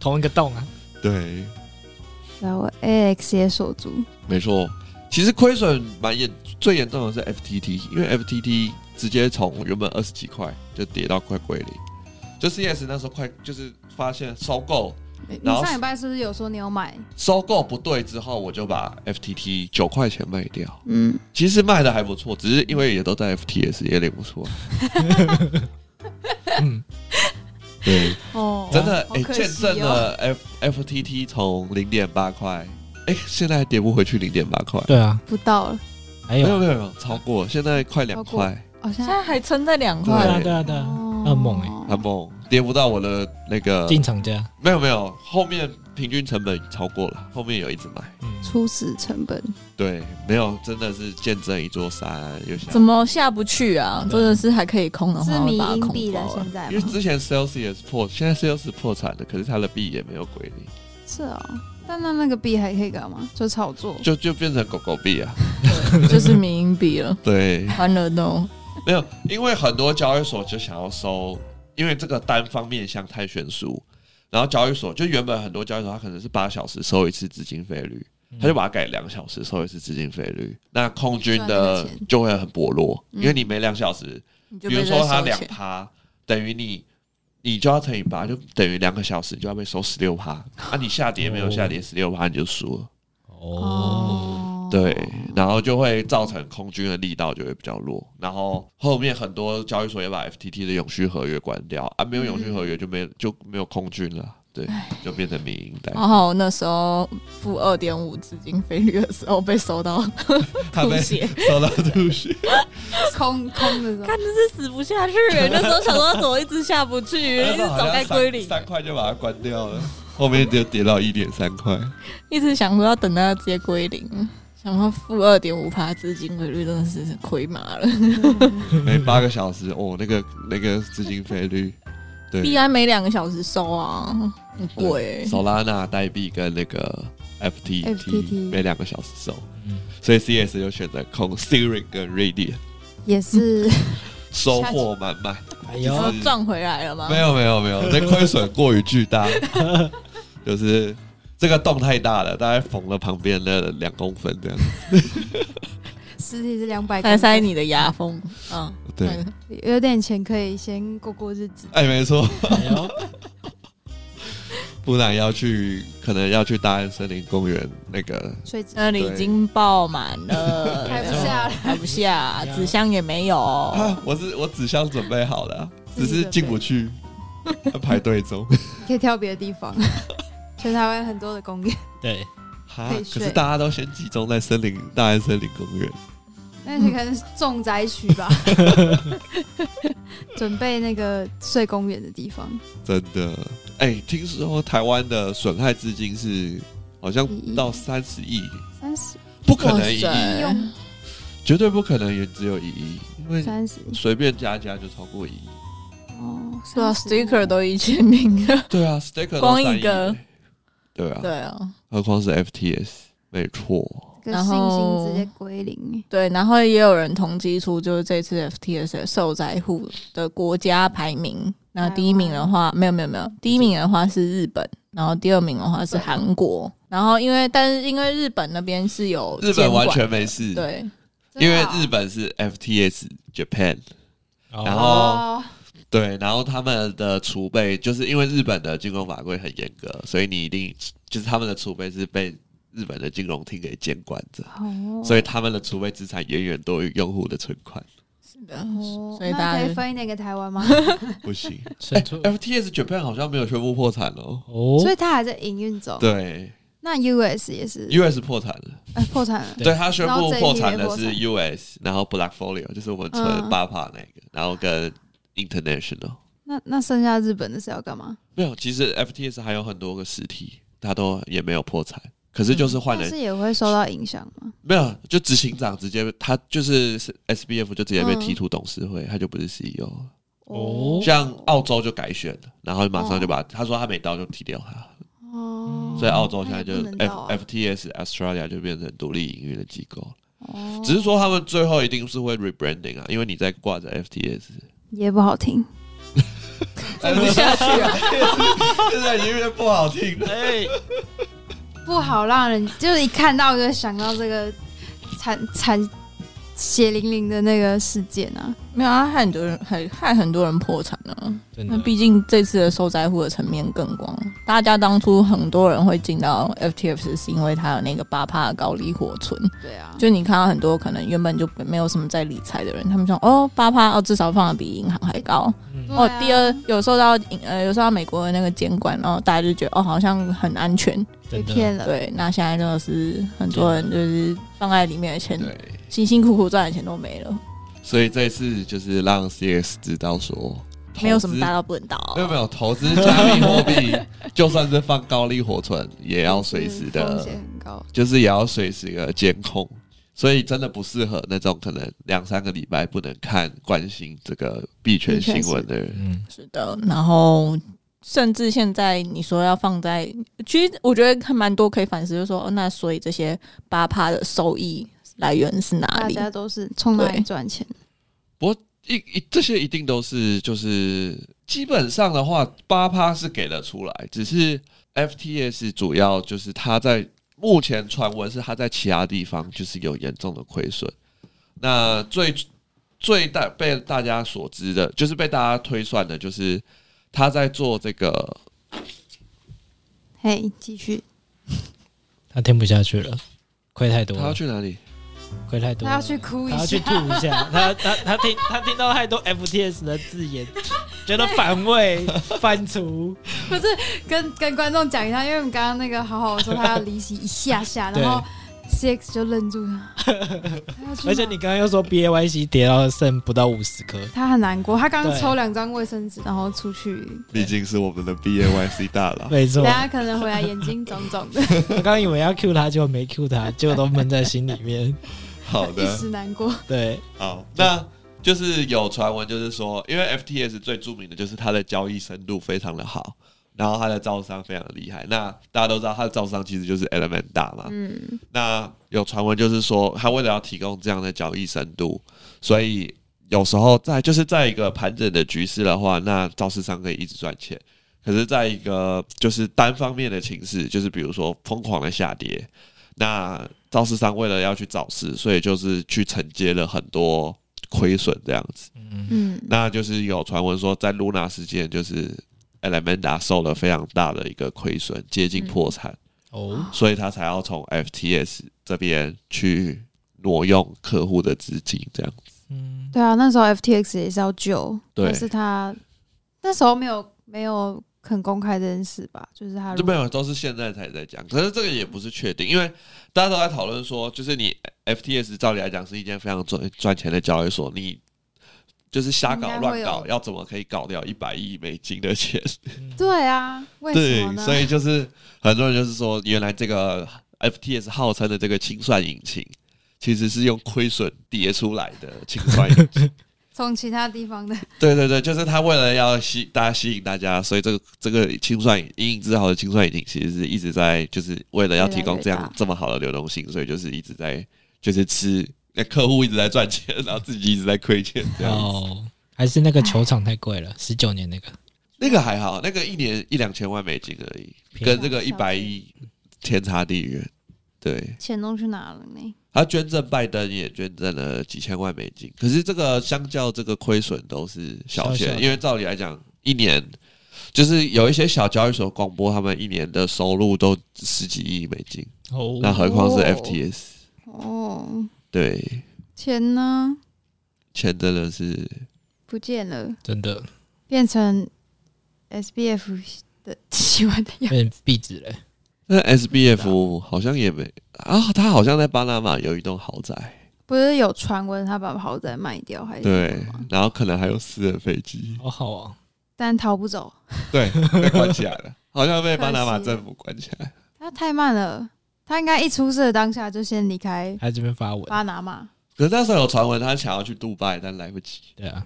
B: 同一个洞啊，
A: 对，
E: 然后 AX 也锁住，
A: 没错。其实亏损蛮严，最严重的是 FTT，因为 FTT 直接从原本二十几块就跌到快归零。就 CS 那时候快就是发现收购
E: 你
A: 然后
E: 上礼拜是不是有说你有买？
A: 收购不对之后，我就把 FTT 九块钱卖掉。
E: 嗯，
A: 其实卖的还不错，只是因为也都在 FTS 也领不出来。
B: 嗯，
A: 对，
D: 哦
A: 真的
E: 好
A: 哎、
E: 可惜哦
A: 见证了 F FTT 从零点八块，哎、现在还跌不回去零点八块，
B: 对啊，
E: 不到了，
B: 还
A: 没
B: 有
A: 有
B: 啊
A: 没有没有超过，现在快两
E: 超过
A: 块，
E: 好像
D: 现在还撑在两块
B: 对啊
A: 对
B: 对啊对啊，
E: 噩
B: 噩梦欸
A: 很猛，跌不到我的那个，
B: 进场价，
A: 没有没有，后面平均成本超过了，后面有一直买，
B: 嗯，
E: 欸初始成本，
A: 对，没有真的是见证一座山，又想
D: 怎么下不去啊？
B: 对
D: 真的是还可以空的话，
E: 是迷
D: 我把它
E: 因
D: 空啊
E: 币了
D: 爆，了
E: 现在啊
A: 因为
E: 吗？
A: 之前 Celsius 破，现在 Celsius 破产了，可是它的币也没有归零，
E: 是哦，但那那个币还可以干嘛？就炒作，
A: 就就变成狗狗币啊。
D: 就是迷因币了，
A: 对，
D: 完了都
A: 没有，因为很多交易所就想要收，因为这个单方面向太悬殊，然后交易所就原本很多交易所它可能是八小时收一次资金费率，他就把它改两小时收一次资金费率，那空军
E: 赚那个
A: 的
E: 钱
A: 就会很薄弱，
D: 嗯
A: 因为你每两小时，
D: 你就
A: 比
D: 被
A: 如
D: 这
A: 说它
D: 收
A: 两
D: 钱，
A: 趴，等于你。你就要乘以八，就等于两个小时，你就要被收十六趴。啊，你下跌没有下跌十六趴，你就输了。
B: 哦，
A: 对，然后就会造成空军的力道就会比较弱，然后后面很多交易所也把 FTT 的永续合约关掉啊，没有永续合约就
D: 嗯
A: 没就没有空军了，对，就变成民营贷，
D: 然后那时候负二点五资金费率的时候被收到吐血，
A: 收到吐血，
E: 空空的时候
D: 看真是死不下去欸。那时候想说怎么一直下不 去，一直
A: 好
D: 早
A: 像
D: 该归零，
A: 三块就把它关掉了，后面就跌到一点三块，
D: 一直想说要等到它直接归零。想到负二点五趴资金费率真的是亏麻了，
A: 每八个小时哦，那个那个资金费 率，对，
D: 币安每两个小时收啊，很贵欸。
A: 手拉纳代币跟那个 FTT
E: FTT
A: 每两个小时收，
B: 嗯
A: 所以 CS 就选择空 Siri 跟 Radiant。
E: 也是
A: 收获满满，然后
B: 哎呦，
D: 然后赚回来了 吗？
A: 没有没有没有， 这亏损过于巨大， 就是这个洞太大了，大概缝了旁边的两公分这样。
E: 实体是两百，
D: 塞塞你的牙缝，嗯，
A: 对，
D: 嗯
E: 有点钱可以先过过日子。
A: 哎，没错，
B: 哎呦，
A: 不然要去可能要去大安森林公园那个，
E: 所以只
D: 那里已经爆满了，
E: 拍不
B: 对
E: 下了，
D: 拍不下，纸箱也没有，
E: 哦
A: 啊、我是我纸箱准备好了啊，只是进不 去，要排队中。
E: 可以跳别的地 方。全台湾很多的公园，
B: 对，
A: 哈，
E: 可以
A: 可
E: 睡
A: 是大家都先集中在森林大安森林公园，
E: 那你可能是重灾区 吧，准备那个睡公园的地方，
A: 真的。哎、听说台湾的损害资金是好像
E: 一亿
A: 到三十亿，
E: 三十
A: 不可能一亿
D: 哇。塞
E: 用
A: 绝对不可能也只有一亿，因为
E: 三十
A: 随便加加就超过一亿。
E: 哦，
D: 对啊
E: 30
D: ，sticker 都一千名了，
A: 对啊，Staker
D: 光一个，
A: 对啊，
D: 对啊，
A: 何况是 FTS，没错，
E: 跟
D: 然
E: 信
D: 后
E: 心直接归零，
D: 对，然后也有人统计出就是这次 FTS 的受灾户的国家排名，那第一名的话没有没有没有，第一名的话是日本，然后第二名的话是韩国，然后因为但是因为日本那边是有
A: 日
D: 监
A: 本
D: 管
A: 完全没事，，
D: 对，
A: 因为
E: 真的啊
A: 日本是 FTS Japan，然
B: 然
A: 后
E: 哦，
A: 对，然后他们的储备就是因为日本的金融法规很严格，所以你一定就是他们的储备是被日本的金融厅给监管着，
E: 哦
A: 所以他们的储备资产远远多于用户的存款，
D: 是的，
E: 哦
D: 所以
E: 那
D: 大家
E: 可以
D: 就
E: 分一点给台湾吗？
A: 哦不 行。
B: 胜出
A: FTS Japan 好像没有宣布破产哦，
B: 哦
E: 所，以它还在营运中。
A: 对
E: 那 US 也是
A: ，US 破产了。
E: 哎破产了，
A: 对他宣
E: 然
A: 布
E: 后这一
A: 破
E: 批
A: 产
E: 也
A: 的
E: 破
A: 是
E: 产
A: US，然后 Blackfolio 就是我们存
E: 嗯
A: 八帕那个，然后跟 International
E: 那那剩下日本的是要干嘛？
A: 没有。其实 FTS 还有很多个实体，它都也没有破产，可是就是换
E: 但
A: 了、
E: 是也会受到影响吗？
A: 没有，就执行长直接他就是 SBF 就直接被
E: 嗯
A: 踢出董事会，他就不是 CEO 了。
B: 哦
A: 像澳洲就改选了，然后马上就把、
E: 嗯
A: 他说他没到就踢掉他，
E: 哦，
A: 所以澳洲现在
E: 那
A: 就
E: 也不能到
A: F、
E: 啊
A: FTS Australia 就变成独立营运的机构了。
E: 哦
A: 只是说他们最后一定是会 rebranding 啊，因为你在挂着 FTS，
E: 也不好听。
A: 听哎 不下去了，现在已经变不好听了。
B: 哎，
E: 不好让人就是一看到就想到这个惨惨血淋淋的那个事件啊，
D: 没有啊，害很多人害害很多人破产啊。
B: 真
D: 那
B: 的，
D: 毕竟这次的受灾户的层面更广，大家当初很多人会进到 FTF 是因为它有那个八帕的高利活存，
E: 对啊，
D: 就你看到很多可能原本就没有什么在理财的人，他们说哦八帕哦至少放的比银行还高，
B: 嗯嗯，
D: 哦
E: 对啊，
D: 第二有受到呃有受到美国的那个监管，然后大家就觉得哦好像很安全，
E: 被
B: 真的，
E: 骗了，
D: 对。那现在真的是很多人就是放在里面的钱，
A: 对，
D: 辛辛苦苦赚的钱都没了，
A: 所以这一次就是让 CS 知道说，
D: 没有什么
A: 投资
D: 大到不能倒。啊
A: 没有没有，投资加密货币，就算是放高利活存，也要随时
E: 嗯风
A: 的
E: 险，很高，
A: 就是也要随时的监控，所以真的不适合那种可能两三个礼拜不能看、关心这个币圈新闻的人。
B: 嗯，
D: 是的，然后甚至现在你说要放在，其实我觉得还蛮多可以反思，就是说，哦那所以这些八趴的收益来源是哪
E: 大
D: 里？
E: 家都是从哪里
D: 对
E: 赚钱？
A: 一一这些一定都是就是基本上的话，八趴是给了出来，只是 FTS 主要就是它在目前传闻是它在其他地方就是有严重的亏损。那最最大被大家所知的，就是被大家推算的，就是他在做这个
E: 嘿，继续，
B: 他听不下去了，亏太多
A: 他要
B: 了，
A: 去哪里？
B: 亏太多
E: 他
B: 了
E: 要。去哭一
B: 他要去
E: 下，
B: 吐一下，他他他听他听到太多 FTS 的字眼，觉得反 胃、反刍，
E: 不是跟跟观众讲一下，因为我们刚刚那个好好说他要离席一下下，
B: 对
E: 然后 CX 就愣住了， 他要去
B: 而且
E: 哪
B: 你刚刚又说 BAYC 跌到剩不到五十颗，
E: 他很难过，他刚
B: 对
E: 抽两张卫生纸，然后出去，
A: 毕竟是我们的 BAYC 大 佬，
B: 没错
E: 等，下可能回来眼睛肿肿 的，
B: 我刚以为要 Q 他，结果没 Q 他，结果都闷在心里面。
A: 好
E: 一
A: 的，
E: 时难过。
B: 对，
A: 好，那就是有传闻，就是说，因为 FTS 最著名的就是它的交易深度非常的好，然后它的招商非常的厉害。那大家都知道，它的招商其实就是 Element 大嘛。
E: 嗯，
A: 那有传闻就是说，它为了要提供这样的交易深度，所以有时候在就是在一个盘整的局势的话，那造市商可以一直赚钱。可是，在一个就是单方面的情势，就是比如说疯狂的下跌，那肇事商为了要去找事，所以就是去承接了很多亏损这样子。
E: 嗯，
A: 那就是有传闻说，在露娜事件，就是 Elementa 受了非常大的一个亏损，接近破产，
B: 哦，
A: 所以他才要从 FTS 这边去挪用客户的资金这样。
B: 嗯，
E: 对啊，那时候 FTX 也是要救，
A: 对
E: 但是他那时候没有没有很公开这件事吧，就是他
A: 就没有，都是现在才在讲。可是这个也不是确定，因为大家都在讨论说，就是你 FTS 照理来讲是一件非常赚赚钱的交易所，你就是瞎搞
E: 应该会
A: 乱
E: 有
A: 搞，要怎么可以搞掉一百亿美金的钱？
E: 对啊，为什么
A: 对，
E: 呢？
A: 所以就是很多人就是说，原来这个 FTS 号称的这个清算引擎，其实是用亏损叠出来的清算引擎。
E: 从其他地方的，
A: 对对对，就是他为了要吸大家吸引大家，所以这个这个清算阴影之好的清算引擎，其实是一直在就是为了要提供这
E: 越来
A: 样
E: 越大
A: 这么好的流动性，所以就是一直在就是吃那客户一直在赚钱，然后自己一直在亏钱这样子。
B: 哦，还是那个球场太贵了，十九年那个，
A: 那个还好，那个一年一两千万美金而已，跟这个一百亿天差地远。对
E: 钱都去哪了呢？
A: 他捐赠拜登也捐赠了几千万美金，可是这个相较这个亏损都是小
B: 小
A: 钱，
B: 小的
A: 因为照理来讲，一年就是有一些小交易所广播，他们一年的收入都十几亿美金，
B: 哦
A: 那何况是
E: 哦
A: FTS？、
E: 哦，
A: 对，
E: 钱呢
A: 钱真的是
E: 不见了，
B: 真的
E: 变成 SBF 的喜欢的
B: 有
E: 样子。
B: 点壁纸嘞，
A: 那 SBF 好像也没啊，他好像在巴拿马有一栋豪宅，
E: 不是有传闻他把豪宅卖掉还是什
A: 对
E: 么吗？，
A: 然后可能还有私人飞 机，
B: 好好啊，
E: 但逃不走，
A: 对，被关起来了，好像被巴拿马
E: 可惜
A: 政府关起来。
E: 他太慢了，他应该一出事的当下就先离开
B: 还这边发文，
E: 巴拿马。
A: 可是那时候有传闻，他想要去杜拜，但来不及，
B: 对啊，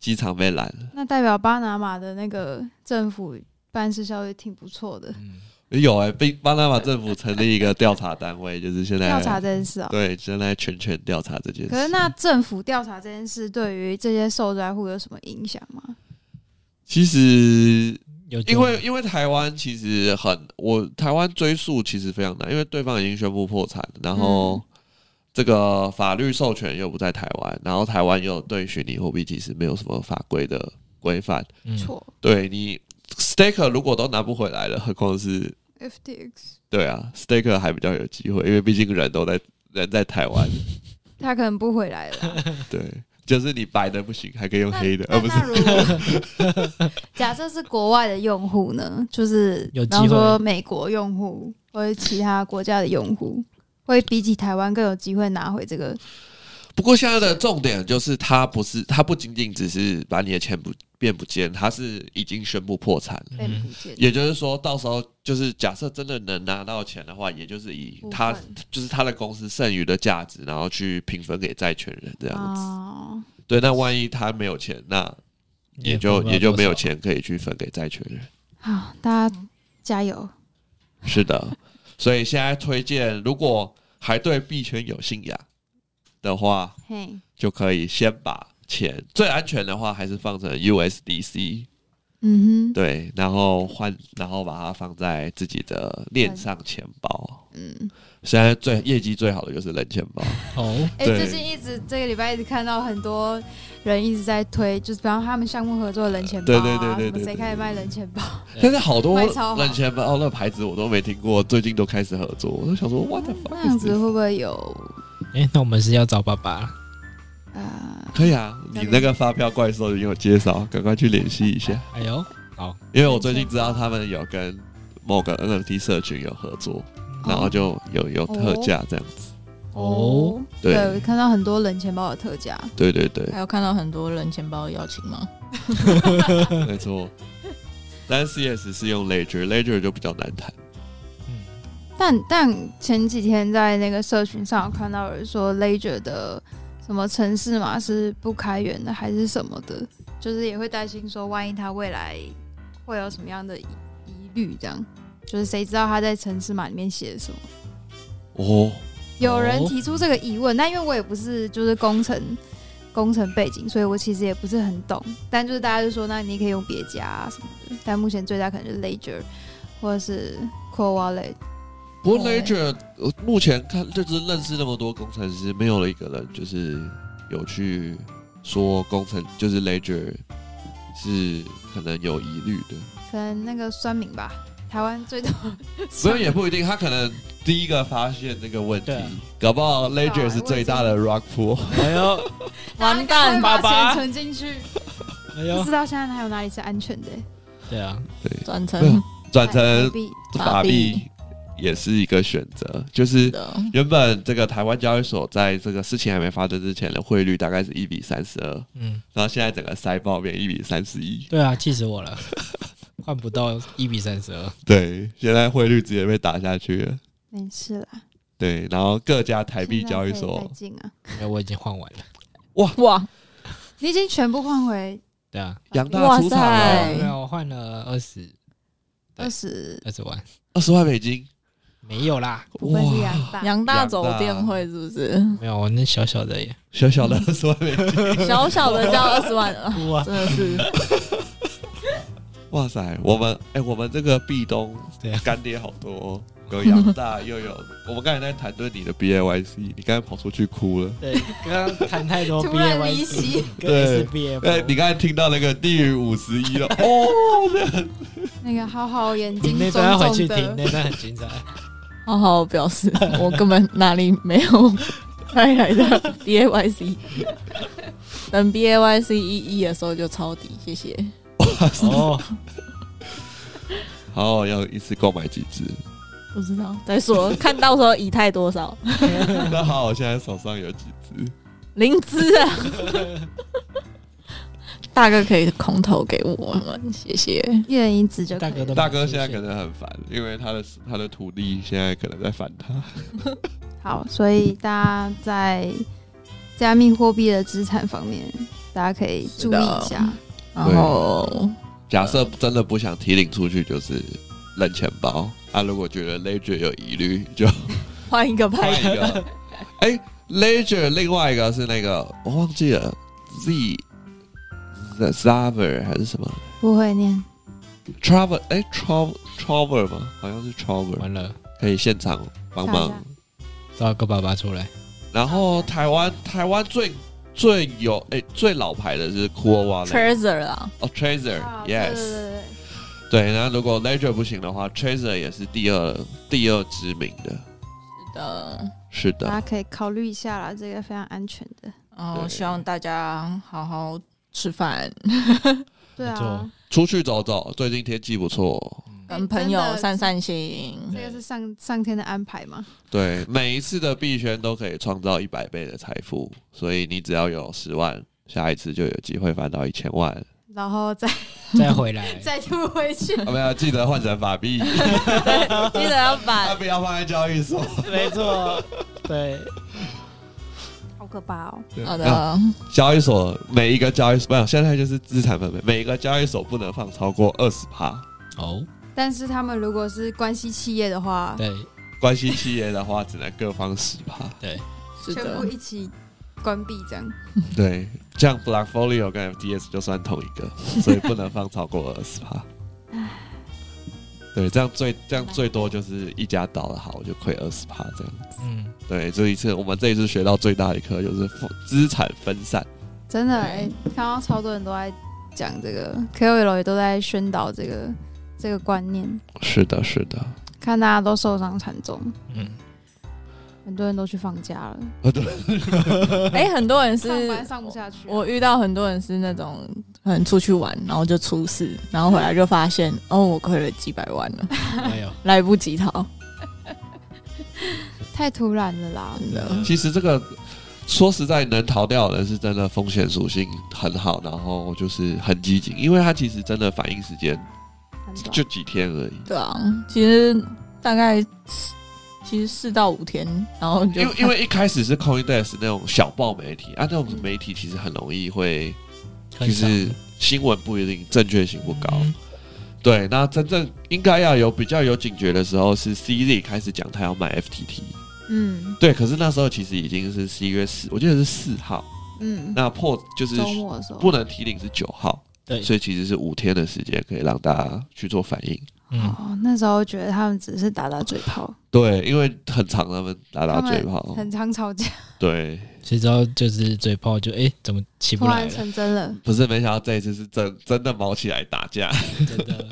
A: 机场被拦了。
E: 那代表巴拿马的那个政府办事效率挺不错的。
B: 嗯，
A: 有哎、被巴拿马政府成立一个调查单位，就是现在
E: 调查这件事啊、
A: 对，现在全权调查这件事。
E: 可是那政府调查这件事对于这些受灾户有什么影响吗？
A: 其实
B: 有
A: 因为因为台湾其实很，我台湾追诉其实非常难，因为对方已经宣布破产，然后
E: 嗯
A: 这个法律授权又不在台湾，然后台湾又对虚拟货币其实没有什么法规的规范，
B: 嗯
E: 错、
A: 对你 staker 如果都拿不回来了，何况是
E: f t x
A: 对啊，staker 还比较有机会，因为毕竟人都在人在台湾，
E: 他可能不回来了啦。
A: 对，就是你白 的不行，还可以用
E: 那
A: 黑的，而
E: 那
A: 不是
E: 那如果 假设是国外的用户呢？就是
B: 有
E: 比
B: 机会
E: 方说美国用户或者其他国家的用户，会比起台湾更有机会拿回这
A: 嗯
E: 个。
A: 不过现在的重点就是，它不是，它不仅仅只是把你的钱不变不见，它是已经宣布破产了。
E: 被
B: 嗯
E: 普及的
A: 也就是说，到时候就是假设真的能拿到钱的话，也就是以
E: 部
A: 他
E: 分
A: 就是他的公司剩余的价值，然后去平分给债权人这样子。
E: 哦，
A: 对，那万一他没有钱，那也就也就没有。钱可以去分给债权 人。
E: 好，大家
B: 嗯
E: 加油！
A: 是的，所以现在推荐，如果还对币圈有信仰的话，
E: 嘿，
A: 就可以先把钱最安全的话，还是放成 USDC，
E: 嗯哼，
A: 对，然后换，然后把它放在自己的链上钱包。
E: 嗯，
A: 现在最业绩最好的就是冷钱包，
B: 哦，
E: 哎、
A: 对
E: 最近一直这个礼拜一直看到很多人一直在推，就是比方他们项目合作的人钱包、
A: 对
E: 啊，
A: 对对对
E: 什么
A: 对
E: 谁
A: 对
E: 开始
A: 对
E: 卖人钱包？
B: 对
A: 现在好多
E: 卖超好
A: 冷钱包的牌子我都没听过，最近都开始合作，我都想说 what the
E: 那样
A: fuck，
E: 子
A: is this？
E: 会不会有
B: 哎、那我们是要找爸爸，
E: 啊？
A: 可以啊，你那个发票怪兽已经有介绍，赶快去联系一下，
B: 哎呦，
A: 因为我最近知道他们有跟某个 NFT 社群有合作，
E: 哦
A: 然后就有有特价这样子，
B: 哦，
A: 对
E: 我看到很多人钱包的特价，
A: 对对对，
D: 还有看到很多人钱包的邀请吗？
A: 没错。但是 CS 是用 Ledger，Ledger 就比较难谈。
B: 嗯，
E: 但但前几天在那个社群上有看到有人说 Ledger 的什么城市码是不开源的，还是什么的，就是也会担心说，万一它未来会有什么样的疑疑虑，这样就是谁知道他在城市码里面写什么？
A: 哦，
E: 有人提出这个疑问，但因为我也不是就是工程工程背景，所以我其实也不是很懂。但就是大家就说，那你可以用别家、啊、什么的，但目前最大可能就是 Ledger 或者是 Core Wallet。
A: 不过
E: 哦
A: Ledger，我目前看就是认识那么多工程师，没有了一个人就是有去说工程就是 Ledger 是可能有疑虑的，
E: 可能那个酸民吧，台湾最多
A: 所以也不一定，他可能第一个发现这个问题
B: 对啊，
A: 搞不好
E: 对
A: Ledger
E: 啊
A: 是最大的 Rock Pool。
B: 哎呦，
D: 完
E: 大家赶快
D: 蛋
B: 爸
E: 把
B: 爸
E: 钱存进去，
B: 哎
E: 不
B: 呦，
E: 知道现在还有哪里是安全的、哎
B: 对啊，
D: 转
A: 没有
D: 成
A: 转成
E: 台币
A: 法
D: 法
A: 币
D: 币
A: 也是一个选择，就是
D: 的，
A: 原本这个台湾交易所在这个事情还没发生之前的汇率大概是一比三十二，
B: 嗯，
A: 然后现在整个塞爆变一比三十一，
B: 对啊，气死我了， 换不到一比三十二，
A: 对，现在汇率直接被打下去了。
E: 没事啦，
A: 对，然后各家台
E: 台
A: 币交易
E: 再
A: 所，
E: 进啊，
B: 哎，我已经换完了，
D: 哇
E: 你已经全部换回
B: 对啊，哦
A: 杨大出场
D: 哇
A: 了
D: 塞
B: 没有，我换了二十对
E: 二十，
B: 二十万，
A: 二十万美金，
B: 没有啦，
E: 不会是
A: 哇，
E: 养大，
D: 杨大走
A: 杨大
D: 电会是不是？
B: 没有，我那小小的耶，
A: 小小的二十万美金，
D: 小小的交二十万，啊
B: 哇，
D: 真的是
A: 哇塞，我们哎、我们这个壁咚
B: 对啊
A: 干爹好多、哦。有杨大，又有我们刚才在谈论你的 BAYC，你刚才跑出去哭了。
B: 对，刚刚谈太多
E: 突
B: B
E: 然
B: A
E: 离
B: Y
E: 席
B: C，
A: 对
B: 跟 S B
A: 哎、你
B: F，
A: 刚才听到那个低于五十一了，哦，
E: 那个好好眼
B: 你
E: 睛
B: 那
E: 肿
B: 段要回去
E: 肿
B: 听，
E: 的，
B: 那段很精彩，
D: 好好表示， 我根本哪里没有带来的 B A Y C。等 B A Y C 一一的时候就抄底，谢谢。
B: 哦，
A: 好，要一次购买几只？
D: 不知道再 说，看到时候以太多少
A: 那好，我现在手上有几只？
D: 灵芝 啊，大哥可以空投给我们，谢谢。
E: 一人一只就可
B: 大哥
E: 以。
B: 都
A: 大哥现在可能很烦，因为他的他的徒弟现在可能在烦他。
E: 好，所以大家在加密货币的资产方面，大家可以注意一
D: 是
E: 下
D: 的。然后
A: 假设真的不想提领出去，就是扔钱包。啊，如果觉得 Ledger 有疑虑，就
D: 换一个
A: 换
D: 拍
A: 一个。哎、l e d g e r 另外一个是那个我忘记了，Z Zaver 还是什么
E: 不会念，
A: Traver？哎、t r a v e Traver 吗？好像是 Traver，
B: 完了，
A: 可以现场帮
E: 大家
A: 忙。
B: 找个爸爸出来，
A: 然后台湾台湾最最有哎、最老牌的是 Cool Wallet
D: Treasure 啊，
A: 哦
E: 啊
A: Treasure
E: 对
A: Yes
E: 对对对
A: 对，那如果 Ledger 不行的话，Tracer 也是第二第二知名的。
D: 是的，
A: 是
E: 对，
A: 的，
E: 大
D: 啊
E: 家可以考虑一下啦，这个非常安全的。
D: 然后
A: 对
D: 希望大家好好吃饭，
E: 对
B: 没错
E: 啊，
A: 出去走走，最近天气不错。
D: 跟朋友
E: 哎真的
D: 散散
B: 嗯
D: 心。
E: 嗯这个是上上天的安排嘛？
A: 对，每一次的币圈都可以创造一百倍的财富，所以你只要有十万，下一次就有机会翻到一千 万。
E: 然后再，
B: 再回来
E: 再吐回去，
A: 啊，没有，记得换成法 币，
D: 记得要
A: 啊，
D: 把
A: 不要放在交易所。
B: 没错，对，
C: 好可怕哦！
D: 好的，
A: 交易所每一个交易所，没有，现在就是资产分配，每一个交易所不能放超过二十趴。
B: 哦，
E: 但是他们如果是关系企业的话，
B: 对
A: 关系企业的话，只能各放十趴。
D: 是
E: 全
D: 的
E: 部，一起关闭这样。
A: 对，这样 Blackfolio 跟 FTS 就算同一个，所以不能放超过二十趴。对，这样最这样最多就是一家倒了，好，我就亏二十趴这样。
B: 嗯，
A: 对，这一次我们这一次学到最大的一课就是资产分散。
E: 真的、
D: 对
E: 欸，看到超多人都在讲这个，KOL 也都在宣导这个这个观念，
A: 是的，是的。
E: 看大家都受伤惨重，
B: 嗯，
E: 很多人都去放假了，
A: 啊，对，
D: 哎，很多人是
E: 上班上不下去啊、
D: 我遇到很多人是那种可能出去玩，然后就出事，然后回来就 发现哦，我亏了几百万了，
A: 哎
B: 没有，
D: 来不及逃。
E: 太突然了啦，
D: 真的，
A: 其实这个说实在，能逃掉的人是真的风险属性很好，然后就是很激进，因为他其实真的反应时间
E: 很短
A: 就几天而已。
D: 对啊，其实大概其实四到五天，然后你就
A: 因为因为一开始是 CoinDesk 那种小报媒体啊，那种媒体其实很容易会，
B: 很
A: 就
B: 少
A: 是新闻不一定正确性不高。
B: 嗯
A: 对，那真正应该要有比较有警觉的时候是 CZ 开始讲他要买 FTT，
D: 嗯
A: 对，可是那时候其实已经是十一月四，我记得是四号，
D: 嗯，
A: 那破就是
E: 周末的时候
A: 不能提领是九号，
B: 对，
A: 所以其实是五天的时间可以让大家去做反应。
B: 嗯，
E: 哦，那时候觉得他们只是打打嘴炮，
A: 对，因为很长，他们打打
E: 他们
A: 嘴炮，
E: 很常吵架，
A: 对，
B: 谁知道就是嘴炮就哎、怎么起不
E: 突
B: 来
E: 然
B: 了？
E: 成真了。
A: 不是没想到这一次是真真的毛起来打架。
E: 哦
B: 真的，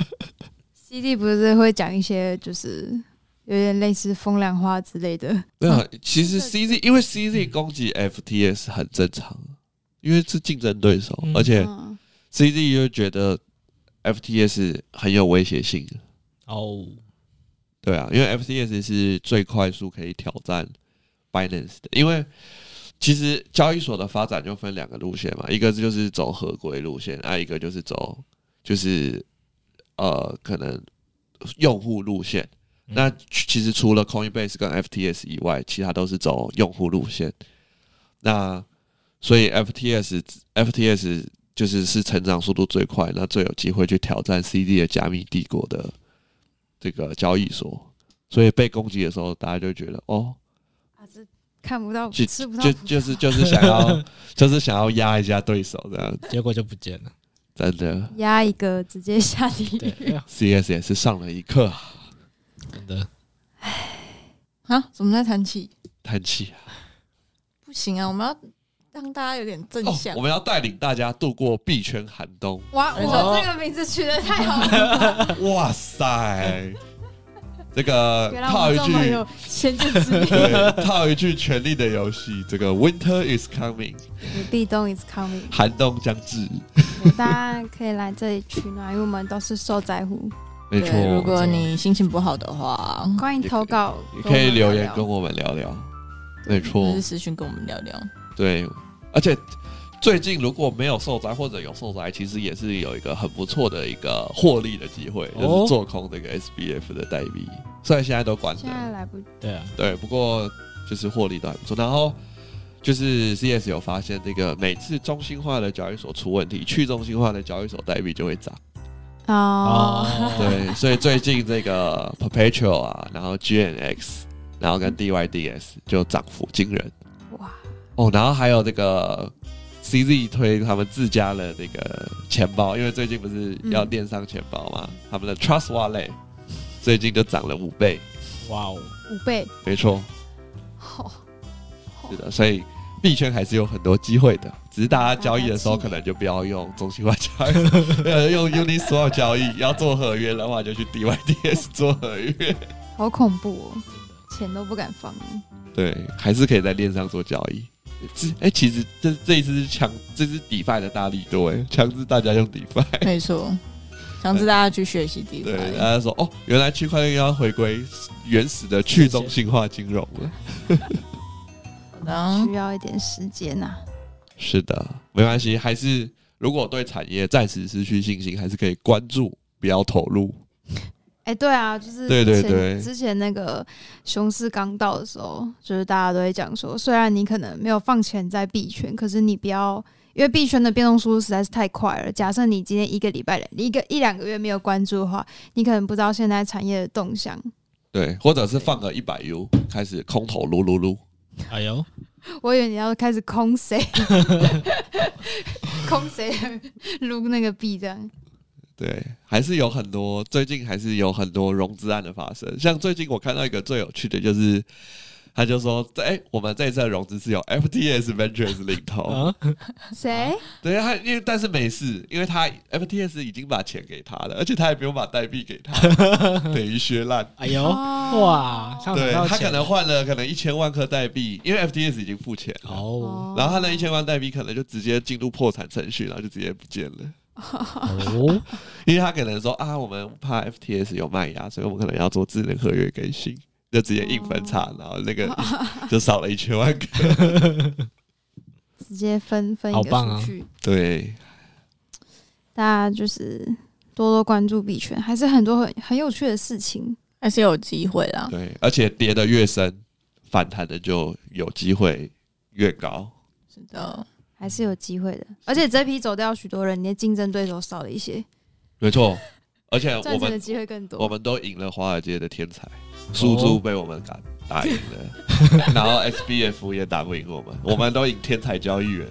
E: C D 不是会讲一些就是有点类似风凉话之类的，
A: 没有，其实 CZ 因为 CZ 攻击 FTS 很正常，因为是竞争对手，
B: 嗯
A: 而且
E: 嗯，
A: CZ 就觉得 FTS 很有威胁性。
B: 哦，
A: 对啊，因为 FTS 是最快速可以挑战 Binance 的，因为其实交易所的发展就分两个路线嘛，一个就是走合规路线，啊，一个就是走就是呃可能用户路线。
B: 嗯
A: 那其实除了 Coinbase 跟 FTS 以外，其他都是走用户路线。那所以 FTS FTS 就是是成长速度最快，那最有机会去挑战 CD 的加密帝国的这个交易所。所以被攻击的时候，大家就觉得哦，
E: 啊这看不到
A: 就
E: 吃不到
A: 就就是就是想要 就是想要压一下对手这样，
B: 结果就不见 了。
A: 真的
E: 压一个直接下地
B: 对，
E: 狱，
B: 哎呀
A: CS 也是上了一课啊，
B: 真的，
D: 啊，怎么在谈起？
A: 叹气啊！
D: 不行啊，我们要让大家有点正
A: 嗯哦，
D: 向。
A: 我们要带领大家度过币圈寒冬。
E: 哇，
D: 没
B: 错
E: 我这个名字取得太 好了，
A: 哇塞，这个
E: 原来我
A: 套一
E: 们这么
A: 句
E: 有先见之明。
A: 对套一句《权力的游戏》，这个 Winter is coming，
E: 壁咚 is coming，
A: 寒冬将至。
E: 大家可以来这里取暖，因为我们都是受灾户。
A: 没错，
D: 对，如果你心情不好的话，
E: 欢迎投稿，
A: 也可以留言
E: 跟
A: 跟
E: 我
A: 我们聊聊。没
D: 就
A: 错
D: 是，私讯跟我们聊聊。
A: 对，而且最近如果没有受灾或者有受灾，其实也是有一个很不错的一个获利的机会，
B: 哦
A: 就是做空这个 SBF 的代币，虽然现在都关
E: 们聊。
A: 着
E: 现，在来不及，
B: 对啊，
A: 对，不过就是获利都还不错。然后就是 CS 有发现，这个每次中心化的交易所出问题，去中心化的交易所代币就会涨。
E: 哦，
B: 哦，
A: 对，所以最近这个 Perpetual 啊，然后 GNX，然后跟 DYDS 就涨幅惊人。
E: 哇，
A: 哦，然后还有这个 CZ 推他们自家的那个钱包，因为最近不是要电商钱包嘛，他们的 Trust Wallet 最近就涨了五倍，
B: 哇哦，
E: 五倍，
A: 没错，
E: 哦
A: 是的，所以币圈还是有很多机会的，只是大家交易的时候可
E: 大家记得
A: 能就不要用中心化交易，没有用 Uniswap 交易，要做合约的话就去 DYDS 做合约，
E: 好恐怖哦，钱都不敢放了。
A: 对，还是可以在链上做交易。这哎、其实这这一次是强，这是 DeFi 的大力度哎，强制大家用 DeFi。
D: 没错，强制大家去学习 DeFi。
A: 对，大家说哦，原来区块链要回归原始的去中心化金融了。
D: 然后
A: 嗯
E: 需要一点时间啊呐、
A: 是的，没关系，还是如果对产业暂时失去信心，还是可以关注，不要投入。
E: 哎、对啊，就是
A: 对对
E: 前
A: 对
E: 之前那个熊市刚到的时候，就是大家都会讲说，虽然你可能没有放钱在币圈，可是你不要，因为币圈的变动速度实在是太快了。假设你今天一个礼拜、一个一两个月没有关注的话，你可能不知道现在产业的动向。
A: 对，或者是放个一百 U 开始空投撸撸撸，
B: 哎呦，
E: 我以为你要开始空谁， 空谁 撸那个币这样。
A: 对，还是有很多，最近还是有很多融资案的发生。像最近我看到一个最有趣的就是，他就说，哎、我们这一次的融资是由 FTS Ventures 领投，
B: 啊，
E: 谁？
A: 对，他因为但是没事，因为他 FTS 已经把钱给他了，而且他也不用把代币给他，等于削烂。
B: 哎呦，
E: 哦
B: 哇，上
A: 对
B: 到
A: 他
B: 钱
A: 可能换了可能一千万颗代币，因为 FTS 已经付钱了，
B: 哦
A: 然后他那一千万代币可能就直接进入破产程序，然后就直接不见了。
B: 哦，
A: 因为他可能说啊，我们怕 FTS 有卖压，所以我们可能要做智能合约更新，就直接硬分叉，然后那个 就少了一千万个。
E: 直接分分
B: 好
E: 一
B: 棒啊
E: 个数据，
A: 对，
E: 大家就是多多关注币圈，还是很多很很有趣的事情。
D: 还是有机会啦。
A: 对，而且跌得越深，反弹的就有机会越高。
D: 是的，
E: 还是有机会的，而且这批走掉许多人，你的竞争对手少了一些，
A: 没错，而且我
E: 赚钱的
A: 们
E: 机会更
A: 我
E: 多。哦
A: 们都赢了华尔街的天才，苏猪被我们打打赢了， 然后 SBF 也打不赢我们，我们都赢天才交易员，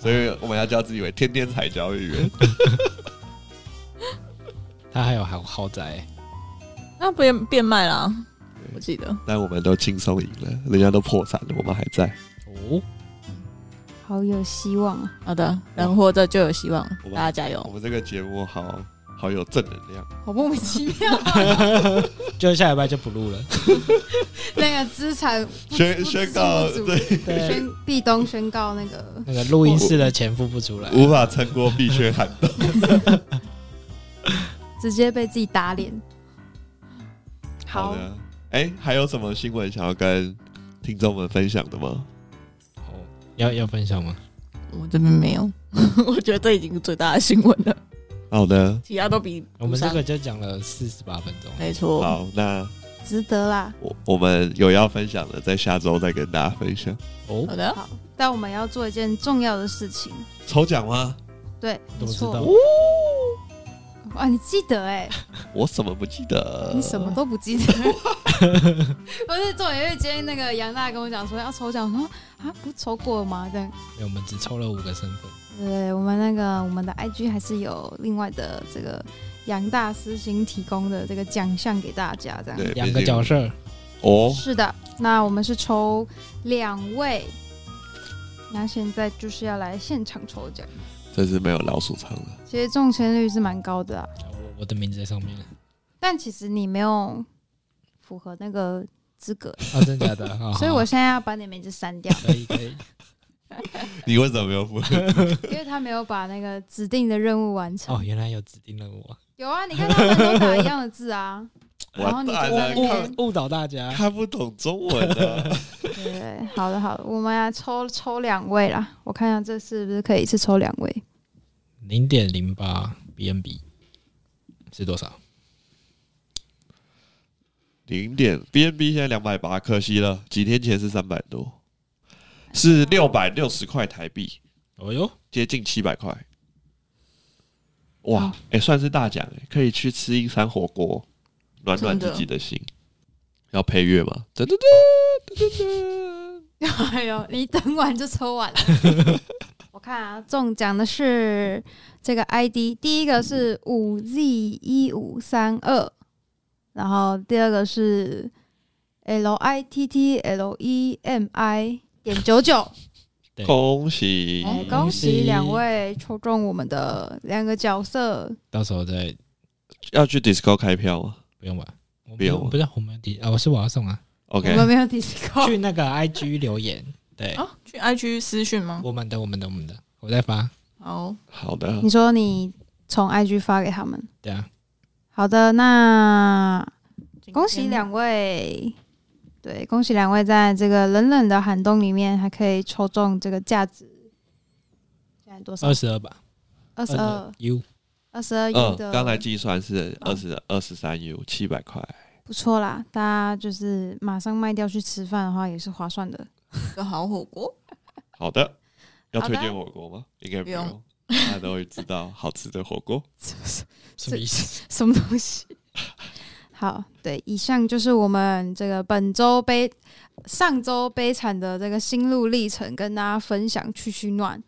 A: 所以我们要叫自己为天天才交易 员。
B: 他还有豪豪宅，
D: 那变变卖啦，我记得。
A: 但我们都轻松赢了，人家都破产了，我们还在，
B: 哦，
E: 好有希望啊！
D: 好的，人活着就有希望，
A: 我们
D: 大家加
A: 我
D: 油！
A: 们这个节目好好有正能量，
E: 好莫名其妙，
B: 就下礼拜就不录了，
E: 那个资产不
A: 宣
E: 不
A: 宣告
E: 不足
A: 对
B: 对，
E: 宣壁咚宣告那个
B: 那个录音室的钱付不出来，
A: 无法撑过必须喊的。
E: 直接被自己打脸。
A: 好的，哎、还有什么新闻想要跟听众们分享的吗？
B: 哦要要分享吗？
D: 我这边没有， 我觉得这已经是最大的新闻了，
A: 好的，
D: 其他都比
B: 我们这
D: 不
B: 个
D: 上
B: 就讲了四十八分钟，
D: 没错。
A: 好，那
E: 值得啦。
A: 我我们有要分享的，在下周再跟大家分享。
B: 哦
D: 好，的，
E: 好，但我们要做一件重要的事情。
A: 抽奖吗？
E: 对，
B: 怎
E: 没
B: 么知
E: 错
B: 道。？
E: 哇，你记得哎、
A: 我什么不记得？
E: 你什么都不记得。不是，重点因为今天那个杨大跟我讲说要抽奖，我说啊，不是抽过了吗？这样。
B: 没有我们只抽了五个身份，
E: 对，我们那个我们的 IG 还是有另外的这个杨大私心提供的这个奖项给大家，这样。
A: 对，
B: 两
A: 毕
B: 个
A: 竟
B: 角色，
A: 哦，
E: 是的，那我们是抽两位，那现在就是要来现场抽奖，
A: 这是没有老鼠仓了。
E: 其实中签率是蛮高的啊，
B: 我我的名字在上 面啊了，
E: 但其实你没有符合那个资格，
B: 啊，真假的，哦
E: 所以我
B: 好，
E: 现在要把你名字删掉
B: 可以可 以，
A: 你为什么没 有付？
E: 因为他没有把那个指定的任务完成。
B: 哦，原来有指定任务啊，
E: 有啊，你看他们都打一样的字啊，然后
A: 完
E: 你就
A: 蛋
E: 在
A: 了，
E: 那边
A: 看
B: 误误导大家，
A: 看不懂中文啊。
E: 对对对，好的好的，我们来抽抽两位啦，我看一下这是不是可以一次抽两位，
B: 零点零八 BNB 是多少？
A: 零点 BNB 现在两百八，可惜了，几天前是三百多，是六百六十块台币，
B: 哦哟，
A: 接近七百块。哇，哎、
E: 哦
A: 算是大奖哎、可以去吃一餐火锅，暖暖自己的心。要配乐吗？噔噔噔噔噔噔，
E: 哎呦，你等完就抽完了。 我看啊，中奖的是这个 ID，第一个是五 Z 一五三二，然后第二个是 L I T T L E M I 点九九。
B: 对
A: 恭喜！
E: 哎恭喜两位抽中我们的两个角色，
B: 到时候再
A: 要去 disco 开票吗
B: 不用吧？我
A: 不用
B: 们不是我们的啊，我是我要送啊，
A: ？OK，
E: 我们没有 disco，
B: 去那个 IG 留言，对，
D: 哦，去 IG 私讯吗？
B: 我们的，我们的，我们的，我在发。
D: 好，
A: 好的
E: 你，说你从 IG 发给他们，
B: 对啊，
E: 好的，那恭喜
D: 今天
E: 两位，对，恭喜两位在这个冷冷的寒冬里面还可以抽中这个价值，现在多少
B: 二？十二吧，
E: 二十二，
B: U，
E: 二十二亿
A: 嗯，
E: 的，嗯
A: 刚才计算是二十二十三 U 七百块，
E: 不错啦。大家就是马上卖掉去吃饭的话，也是划算的。
D: 个好火锅，
A: 好的，要
E: 好
A: 推
E: 的
A: 荐火锅吗？应该不
D: 不
A: 用
D: 用，
A: 大家都会知 道好吃的火锅。
B: 什么意思？
E: 什么东西？好，对，以上就是我们这个本周悲、上周悲惨的这个心路历程，跟大家分享去取暖。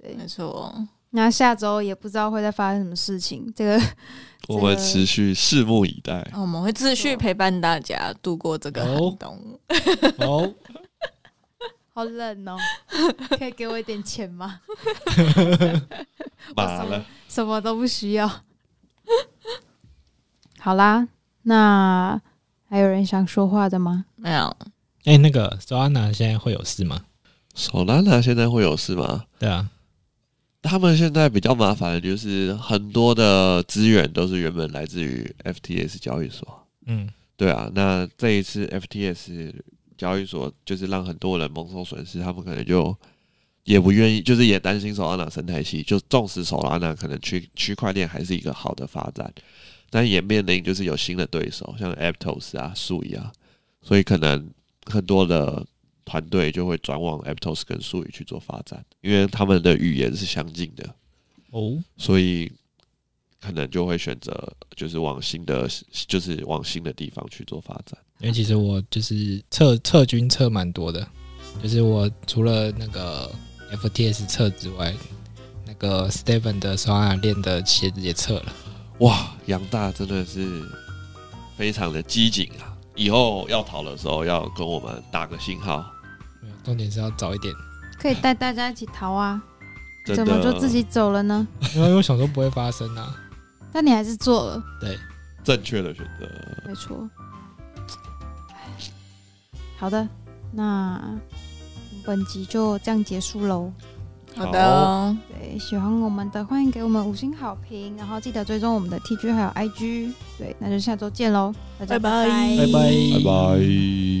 E: 对，
D: 没错，
E: 那下周也不知道会再发生什么事情，这个
A: 我们持续拭目以待。
D: 哦那我们会继续陪伴大家度过这个寒冬。
B: 哦，
E: 好冷哦，可以给我一点钱吗？
A: 麻了，
E: 什么都不需要。 好啦，那还有人想说话的吗？
D: 没有，
B: 哎，那个 Solana 现在会有事吗？
A: 手拉拉现在会有事吗？
B: 对啊，
A: 他们现在比较麻烦的就是很多的资源都是原本来自于 FTS 交易所，
B: 嗯，
A: 对啊，那这一次 FTS 交易所就是让很多人蒙受损失，他们可能就也不愿意，就是也担心手拉纳生态系，就纵使手拉纳可能区区块链还是一个好的发展，但也面临就是有新的对手，像 Aptos 啊、数语啊，所以可能很多的团队就会转往 Aptos 跟数语去做发展，因为他们的语言是相近的。
B: 哦，
A: 所以可能就会选择就是往新的，就是往新的地方去做发展。
B: 因为其实我就是测测军测蛮多的，就是我除了那个 FTS 测之外，那个 Steven 的 Solana 链的鞋子也测了。
A: 哇，杨大真的是非常的机警啊！以后要逃的时候要跟我们打个信号，
B: 没有，重点是要早一 点，
E: 可以带大家一起逃啊，
A: 真的
E: 怎么就自己走了呢？
B: 啊因为我想说不会发生啊。
E: 但你还是做了，
A: 正确的选择。
E: 没错。唉好的，那本集就这样结束喽。
D: 好的，哦
E: 对，喜欢我们的欢迎给我们五星好评，然后记得追踪我们的 TG 还有 IG。对，那就下周见喽，大家
D: 拜拜
B: 拜拜，
A: 拜拜。